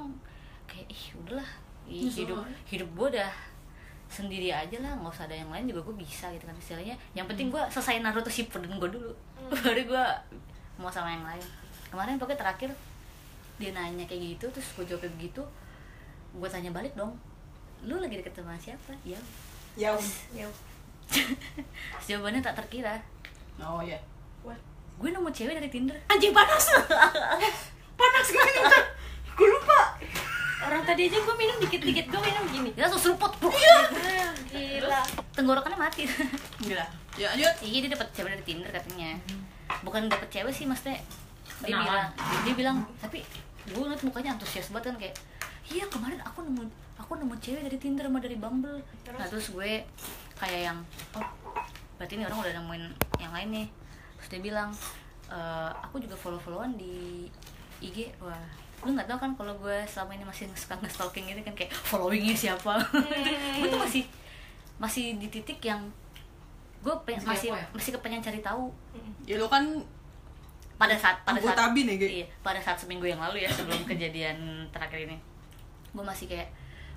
Speaker 1: kayak ih udahlah ih, hidup hidup gue udah sendiri aja lah nggak usah ada yang lain juga gue bisa gitu kan istilahnya yang penting gue selesai Naruto Shippuden gue dulu baru gue mau sama yang lain kemarin pokoknya terakhir dia nanya kayak gitu terus gue jawabnya begitu gue tanya balik dong lu lagi deket sama siapa ya
Speaker 6: ya.
Speaker 4: ya
Speaker 1: Terus jawabannya tak terkira
Speaker 6: Oh ya.
Speaker 4: what
Speaker 1: gue nemu cewek dari Tinder
Speaker 2: Anjing panas. panas gue ini bentar. Gue lupa.
Speaker 4: orang tadi aja gue minum dikit dikit gue minum gini
Speaker 1: ya langsung seruput bro.
Speaker 4: Ah, gila
Speaker 1: tenggorokannya mati
Speaker 6: Gila. Ya lanjut.
Speaker 1: iya dia dapat cewek dari tinder katanya bukan dapat cewek sih maksudnya dia bilang
Speaker 3: Kenalan.
Speaker 1: dia bilang tapi gue ngeliat mukanya antusias banget kan kayak iya kemarin aku nemu aku nemu cewek dari tinder sama dari bumble nah terus gue kayak yang oh berarti ini orang udah nemuin yang lain nih terus dia bilang e, aku juga follow followan di IG wah lu nggak tau kan kalau gue selama ini masih suka nge-stalking gitu kan kayak followingnya siapa
Speaker 3: Hmm.
Speaker 1: gue tuh masih masih di titik yang gue pe-
Speaker 3: Masih
Speaker 1: masih
Speaker 3: kepo ya?
Speaker 1: masih kepengen cari tahu
Speaker 4: Hmm,
Speaker 6: Ya lu kan
Speaker 1: pada saat pada
Speaker 6: Anggota
Speaker 1: saat
Speaker 6: BIN ya,
Speaker 3: gitu?
Speaker 6: Ge?
Speaker 1: iya, pada saat seminggu yang lalu ya sebelum kejadian terakhir ini gue masih kayak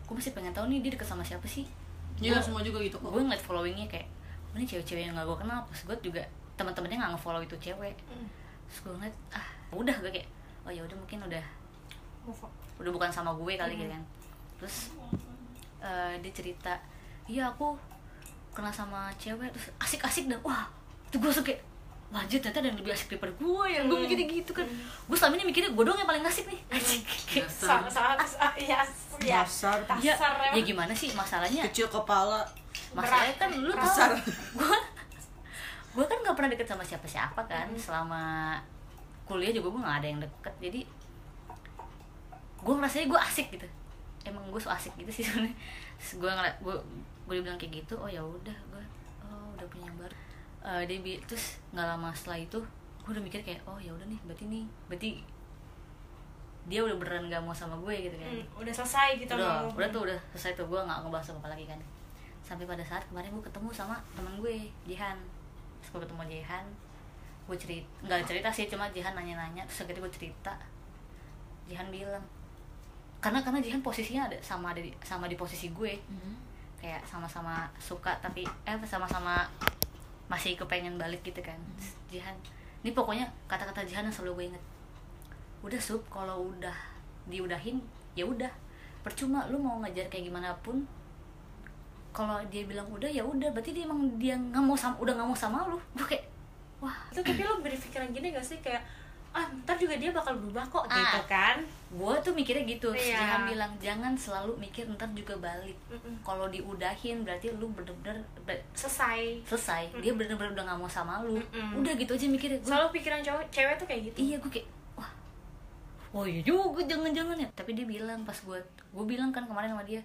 Speaker 1: gue masih pengen tahu nih dia deket sama siapa sih
Speaker 6: ya
Speaker 1: Gua-
Speaker 6: semua juga gitu kok.
Speaker 1: gue ngeliat followingnya kayak "Oh, ini cewek-cewek yang gak gue kenal pas gue juga teman-temannya nggak ngefollow itu cewek
Speaker 4: hmm.
Speaker 1: terus gue ngeliat ah udah gue kayak oh ya udah mungkin udah
Speaker 4: move on
Speaker 1: udah bukan sama gue kali gitu kan terus eh, dia cerita iya aku kenal sama cewek terus asik-asik dan wah itu gue suka wajib ternyata ada yang lebih asik daripada gue yang gue mikirnya gitu kan gue selama ini mikirnya gue doang yang paling asik nih asik kayak
Speaker 4: sangat sangat sa- ya ya
Speaker 6: Dasar
Speaker 1: ya,
Speaker 4: dasar
Speaker 1: ya
Speaker 4: emang
Speaker 1: gimana sih masalahnya
Speaker 6: kecil kepala.
Speaker 1: masalahnya kan lu
Speaker 6: Besar.
Speaker 1: tau gue gue kan nggak pernah deket sama siapa siapa kan selama kuliah juga gue nggak ada yang deket jadi gue ngerasanya gue asik gitu emang gue so asik gitu sih sebenarnya Terus gue ngeliat gue gue bilang kayak gitu oh ya udah gue oh udah punya yang baru Eh, dia bi- terus nggak lama setelah itu gue udah mikir kayak oh ya udah nih berarti nih berarti dia udah beneran gak mau sama gue gitu kan
Speaker 4: Hmm, udah selesai gitu
Speaker 1: udah
Speaker 4: mau
Speaker 1: udah tuh udah selesai tuh gue nggak ngebahas apa lagi kan sampai pada saat kemarin gue ketemu sama teman gue Jihan terus gue ketemu Jihan gue cerita nggak cerita sih cuma Jihan nanya-nanya terus akhirnya gue cerita Jihan bilang karena karena Jihan posisinya ada sama ada di, sama di posisi gue kayak sama-sama suka tapi eh sama-sama masih kepengen balik gitu kan Terus Jihan ini pokoknya kata-kata Jihan yang selalu gue inget udah sub kalau udah diudahin ya udah percuma lu mau ngejar kayak gimana pun kalau dia bilang udah ya udah berarti dia emang dia nggak mau sama udah nggak mau sama lu gue kayak wah
Speaker 4: itu tapi lo berpikiran gini gak sih kayak ah ntar juga dia bakal berubah kok gitu
Speaker 1: Ah.
Speaker 4: kan
Speaker 1: gue tuh mikirnya gitu terus
Speaker 4: Iya.
Speaker 1: Ilham bilang jangan selalu mikir ntar juga balik
Speaker 4: Mm-mm.
Speaker 1: kalau diudahin berarti lu bener-bener be-
Speaker 4: selesai
Speaker 1: selesai dia bener-bener udah gak mau sama lu
Speaker 4: Mm-mm.
Speaker 1: udah gitu aja mikirnya Gua-
Speaker 4: selalu pikiran cowok cewek tuh kayak gitu
Speaker 1: iya gue kayak wah oh iya juga jangan-jangan ya tapi dia bilang pas gue gue bilang kan kemarin sama dia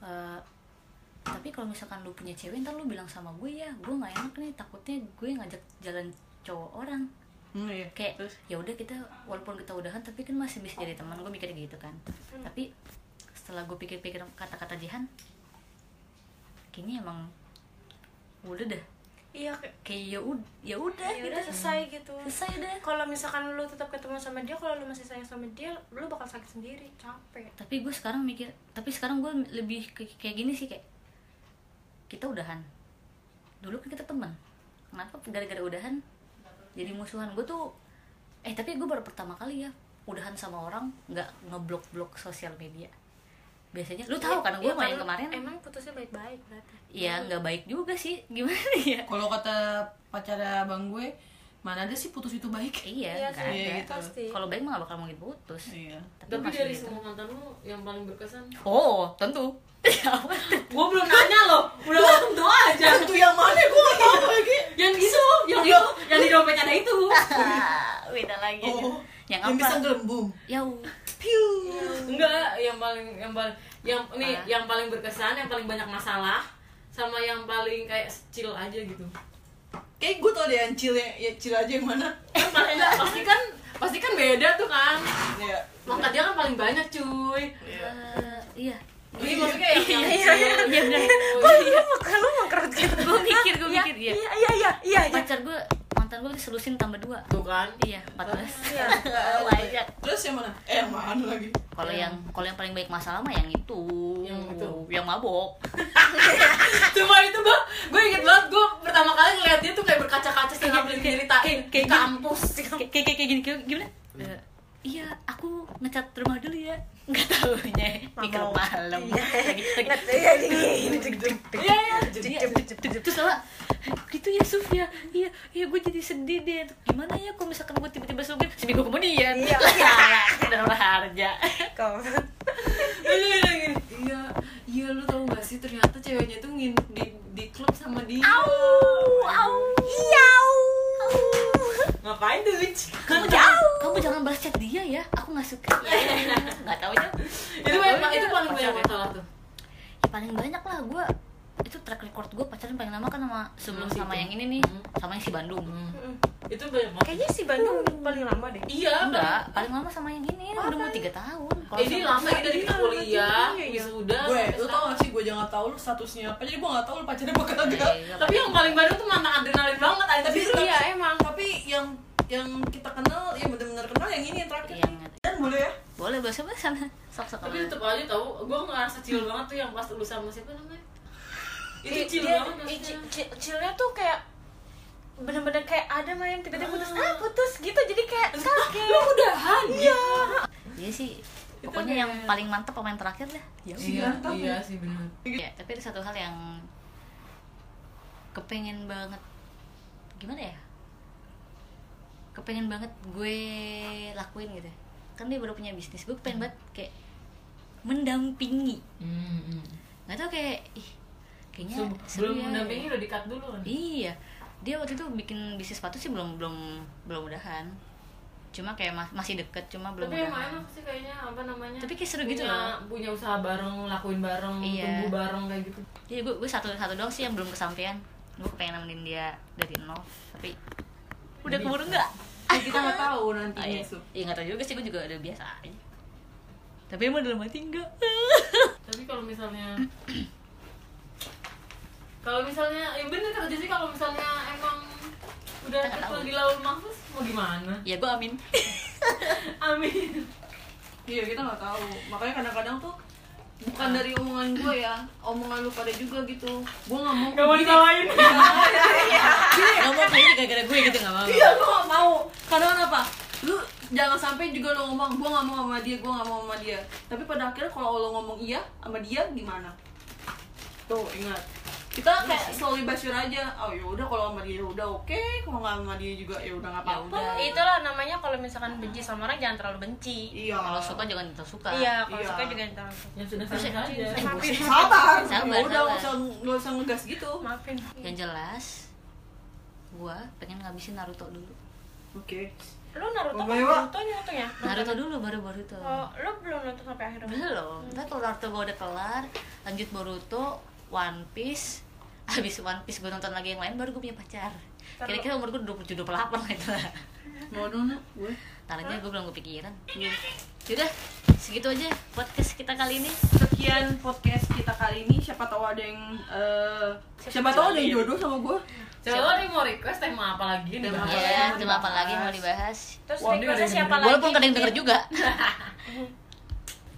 Speaker 1: "Eh, tapi kalau misalkan lu punya cewek ntar lu bilang sama gue ya gue nggak enak nih takutnya gue ngajak jalan cowok orang
Speaker 3: Hmm, iya.
Speaker 1: kayak
Speaker 3: Terus?
Speaker 1: ya udah kita walaupun kita udahan tapi kan masih bisa jadi teman gue mikir gitu kan tapi setelah gue pikir-pikir kata-kata Jihan kayaknya emang udah dah
Speaker 4: iya kayak
Speaker 1: kayak ya ud- ya udah
Speaker 4: ya udah
Speaker 1: gitu
Speaker 4: selesai gitu
Speaker 1: selesai udah
Speaker 4: kalau misalkan lu tetap ketemu sama dia kalau lu masih sayang sama dia lu bakal sakit sendiri capek
Speaker 1: tapi gue sekarang mikir tapi sekarang gue lebih ke- kayak gini sih kayak kita udahan dulu kan kita teman kenapa gara-gara udahan jadi musuhan gue tuh eh tapi gue baru pertama kali ya udahan sama orang nggak ngeblok-blok sosial media biasanya lu tahu kan gue
Speaker 4: Iya,
Speaker 1: main
Speaker 4: kan?
Speaker 1: kemarin
Speaker 4: emang putusnya baik-baik berarti
Speaker 1: ya nggak baik juga sih gimana ya
Speaker 6: Kalau kata pacar abang gue, mana ada sih putus itu baik?
Speaker 4: Iya
Speaker 1: iya nggak ada
Speaker 4: sih,
Speaker 6: iya gitu.
Speaker 4: pasti
Speaker 1: kalau baik mah gak bakal mungkin putus
Speaker 6: Iya.
Speaker 3: Tapi
Speaker 1: masih
Speaker 3: dari
Speaker 1: gitu.
Speaker 3: semua mantan lu yang paling berkesan?
Speaker 1: oh tentu Ya, Apa tuh?
Speaker 3: Gua belum nanya loh. Udah tentu aja.
Speaker 6: Itu yang mana gue gak tahu lagi.
Speaker 3: yang itu, yang itu, yang di dompet ada itu.
Speaker 1: Ah, beda lagi
Speaker 6: Oh,
Speaker 1: yang
Speaker 6: yang bisa
Speaker 1: apa
Speaker 6: gelembung.
Speaker 1: ya
Speaker 6: Piu.
Speaker 3: Enggak, yang paling yang paling yang nih
Speaker 1: Apa?
Speaker 3: yang paling berkesan, yang paling banyak masalah sama yang paling kayak kecil aja gitu.
Speaker 6: Kayak gue tau deh yang cil ya cil aja yang mana.
Speaker 3: Kan pasti, pasti kan pasti kan beda tuh kan.
Speaker 6: Iya.
Speaker 3: Mangkat dia kan paling banyak, cuy.
Speaker 1: Eh, iya
Speaker 3: Ini maksudnya yang yang kecil.
Speaker 1: iya benar
Speaker 2: Kok lu lu mengkerut gitu?
Speaker 1: gue mikir gue mikir iya
Speaker 2: Iya
Speaker 4: ya?
Speaker 2: iya iya iya. iya.
Speaker 1: pacar gue mantan gue diselusin tambah dua
Speaker 3: Tuh kan.
Speaker 1: iya 14
Speaker 4: iya
Speaker 1: banyak
Speaker 6: Terus yang mana? Eh, yang mana lagi?
Speaker 1: kalau yang kalau yang paling baik masalah mah yang itu
Speaker 3: Yang itu.
Speaker 1: yang mabok
Speaker 3: Cuma itu gua, gua inget banget gua pertama kali ngeliat dia tuh kayak berkaca-kaca sih nggak boleh diceritain di kampus.
Speaker 1: kayak kayak kayak gini kayak gimana Eh, iya aku ngecat rumah dulu ya nggak tahunya mikir malam lagi lagi
Speaker 2: Iya iya.
Speaker 3: Iya, iya.
Speaker 1: Iya, terus sama gitu ya Suf ya iya iya gue jadi sedih deh gimana ya kalau misalkan gue tiba-tiba sugih seminggu kemudian iya iya udah berharga
Speaker 2: Kau.
Speaker 3: Iya, iya, iya. Iya, iya lu tau gak sih ternyata ceweknya tuh ngin di, di klub sama dia.
Speaker 1: au
Speaker 3: Ngapain tuh, Witch?
Speaker 1: kamu jangan kamu jangan balas chat dia ya aku nggak suka nggak tahu aja
Speaker 3: itu memang itu paling banyak
Speaker 1: Pacarnya.
Speaker 3: masalah tuh.
Speaker 1: Ya, paling banyak lah gue itu track record gue pacaran paling lama kan sama sebelum
Speaker 3: Hmm, si
Speaker 1: sama Hmm.
Speaker 3: itu.
Speaker 1: yang ini nih
Speaker 3: Hmm.
Speaker 1: sama yang si Bandung
Speaker 4: Mm-mm.
Speaker 3: Itu banyak banget.
Speaker 4: kayaknya si Bandung paling lama deh
Speaker 3: Iya,
Speaker 1: enggak paling lama sama yang ini udah mau tiga tahun Kalau
Speaker 3: Ini
Speaker 1: sama-
Speaker 3: lama ini dari kita
Speaker 4: Iya,
Speaker 3: kuliah,
Speaker 4: iya, iya.
Speaker 3: wisuda.
Speaker 6: Gue, lu
Speaker 3: sampai
Speaker 6: tau
Speaker 3: sekarang.
Speaker 6: gak sih gue jangan tau lu statusnya apa Jadi gue gak tau lu pacarnya apa kagak
Speaker 1: Iya,
Speaker 3: Tapi yang paling baru tuh mana adrenalin banget, ada
Speaker 6: Tapi
Speaker 3: biru.
Speaker 6: iya emang Tapi yang yang kita kenal, yang bener-bener kenal yang ini yang terakhir
Speaker 1: Iya, yang-
Speaker 6: Dan boleh ya?
Speaker 1: boleh boleh siapa sana sok sok
Speaker 3: Tapi tetep aja tau, gue ngerasa chill banget tuh yang pas lu sama siapa namanya. Itu chill
Speaker 4: Dia-
Speaker 3: banget
Speaker 4: i-
Speaker 3: maksudnya.
Speaker 4: ci- ci- chillnya tuh kayak bener-bener kayak ada mah yang tiba-tiba putus ah putus gitu jadi kayak
Speaker 3: Lu udahan? Iya.
Speaker 1: Iya sih. Pokoknya yang paling mantep pemain terakhir deh.
Speaker 6: Iya, iya
Speaker 3: sih benar.
Speaker 1: Ya, tapi ada satu hal yang kepengen banget gimana ya? Kepengen banget gue lakuin gitu. Kan dia baru punya bisnis. Gue pengen banget kayak mendampingi.
Speaker 3: Hmm,
Speaker 1: Gak tau kayak ih, kayaknya seru
Speaker 3: Sebelum
Speaker 1: ya.
Speaker 3: mendampingi udah dikat dulu kan?
Speaker 1: Iya, dia waktu itu bikin bisnis sepatu sih belum belum belum udahan. Cuma kayak mas- masih deket, cuma belum
Speaker 3: tapi yang
Speaker 1: udahan.
Speaker 3: lain apa sih kayaknya apa namanya
Speaker 1: Tapi kayak seru gitu
Speaker 3: punya,
Speaker 1: loh.
Speaker 3: punya usaha bareng lakuin bareng
Speaker 1: Iya.
Speaker 3: tumbuh bareng kayak gitu
Speaker 1: Jadi gue, gue satu satu doang sih yang belum kesampaian. Gue pengen nemenin dia dari nol, tapi udah keburu nggak?
Speaker 6: Kita gak tau
Speaker 1: Ah,
Speaker 6: nantinya
Speaker 1: Iya
Speaker 6: Sup.
Speaker 1: Ya, nggak tahu juga sih, gue juga udah biasa aja. Tapi emang dalam hati enggak.
Speaker 3: tapi kalau misalnya kalau misalnya ya bener kata Jessy kalau misalnya emang udah
Speaker 1: Kita nggak
Speaker 3: ketua
Speaker 1: tahu.
Speaker 3: di laut mahfuz mau gimana
Speaker 1: ya gue amin.
Speaker 3: amin
Speaker 6: Iya kita nggak tahu. Makanya kadang-kadang tuh bukan dari omongan gue ya, omongan lu pada juga gitu. Gue nggak mau. Iya,
Speaker 3: gak mau disalahin
Speaker 1: Gak mau kayaknya gara-gara gue gitu nggak mau.
Speaker 6: Iya gue nggak mau. Karena kenapa? Lu jangan sampai juga lo ngomong gue nggak mau sama dia, gue nggak mau sama dia. Tapi pada akhirnya kalau lo ngomong iya sama dia gimana? Tuh ingat.
Speaker 5: kita kayak slowly by sure aja oh ya udah kalau sama dia udah oke kalau nggak sama dia juga ya udah nggak apa-apa
Speaker 4: itulah namanya kalau misalkan benci sama orang jangan terlalu benci
Speaker 5: iya
Speaker 1: kalau suka jangan kita suka
Speaker 4: iya kalau
Speaker 5: Iya.
Speaker 4: suka juga jangan terlalu suka.
Speaker 5: yang sudah sama aja
Speaker 4: maafin
Speaker 5: sabar
Speaker 1: Sabar,
Speaker 5: Ya udah
Speaker 1: sabar.
Speaker 5: nggak usah nggak usah ngegas gitu oke
Speaker 4: maafin
Speaker 1: yang jelas gua pengen ngabisin Naruto dulu
Speaker 4: lu Naruto
Speaker 5: Bye-bye, Wak.
Speaker 4: Naruto nontonnya
Speaker 1: Naruto dulu baru Boruto
Speaker 4: oh, lu belum nonton sampai akhir dong?
Speaker 1: belum ntar kalau Naruto gua udah kelar lanjut Boruto One Piece habis One Piece gua nonton lagi yang lain baru gua punya pacar kira-kira umur gua 27 28 lah itu lah
Speaker 5: mau dong Nak. gue
Speaker 1: Taranya gue belum kepikiran Yaudah, segitu aja podcast kita kali ini
Speaker 5: sekian podcast kita kali ini siapa tahu ada yang eh, siapa tahu ada yang jodoh sama gue
Speaker 3: Coba nih mau request tema apa lagi nih?
Speaker 5: Tema
Speaker 3: Bang?
Speaker 5: apa lagi?
Speaker 1: Ya, tema apa lagi mau dibahas
Speaker 4: terus
Speaker 5: Wah, dia
Speaker 4: requestnya
Speaker 5: udah
Speaker 4: siapa lagi
Speaker 1: Walaupun kadang denger juga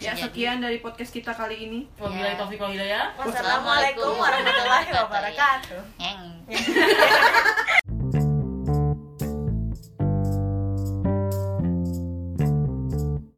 Speaker 5: ya
Speaker 1: Jadi.
Speaker 5: sekian dari podcast kita kali ini
Speaker 3: Wabillahi taufiq wal hidayah.
Speaker 4: wassalamullahikum warahmatullahi wabarakatuh
Speaker 1: Nyeng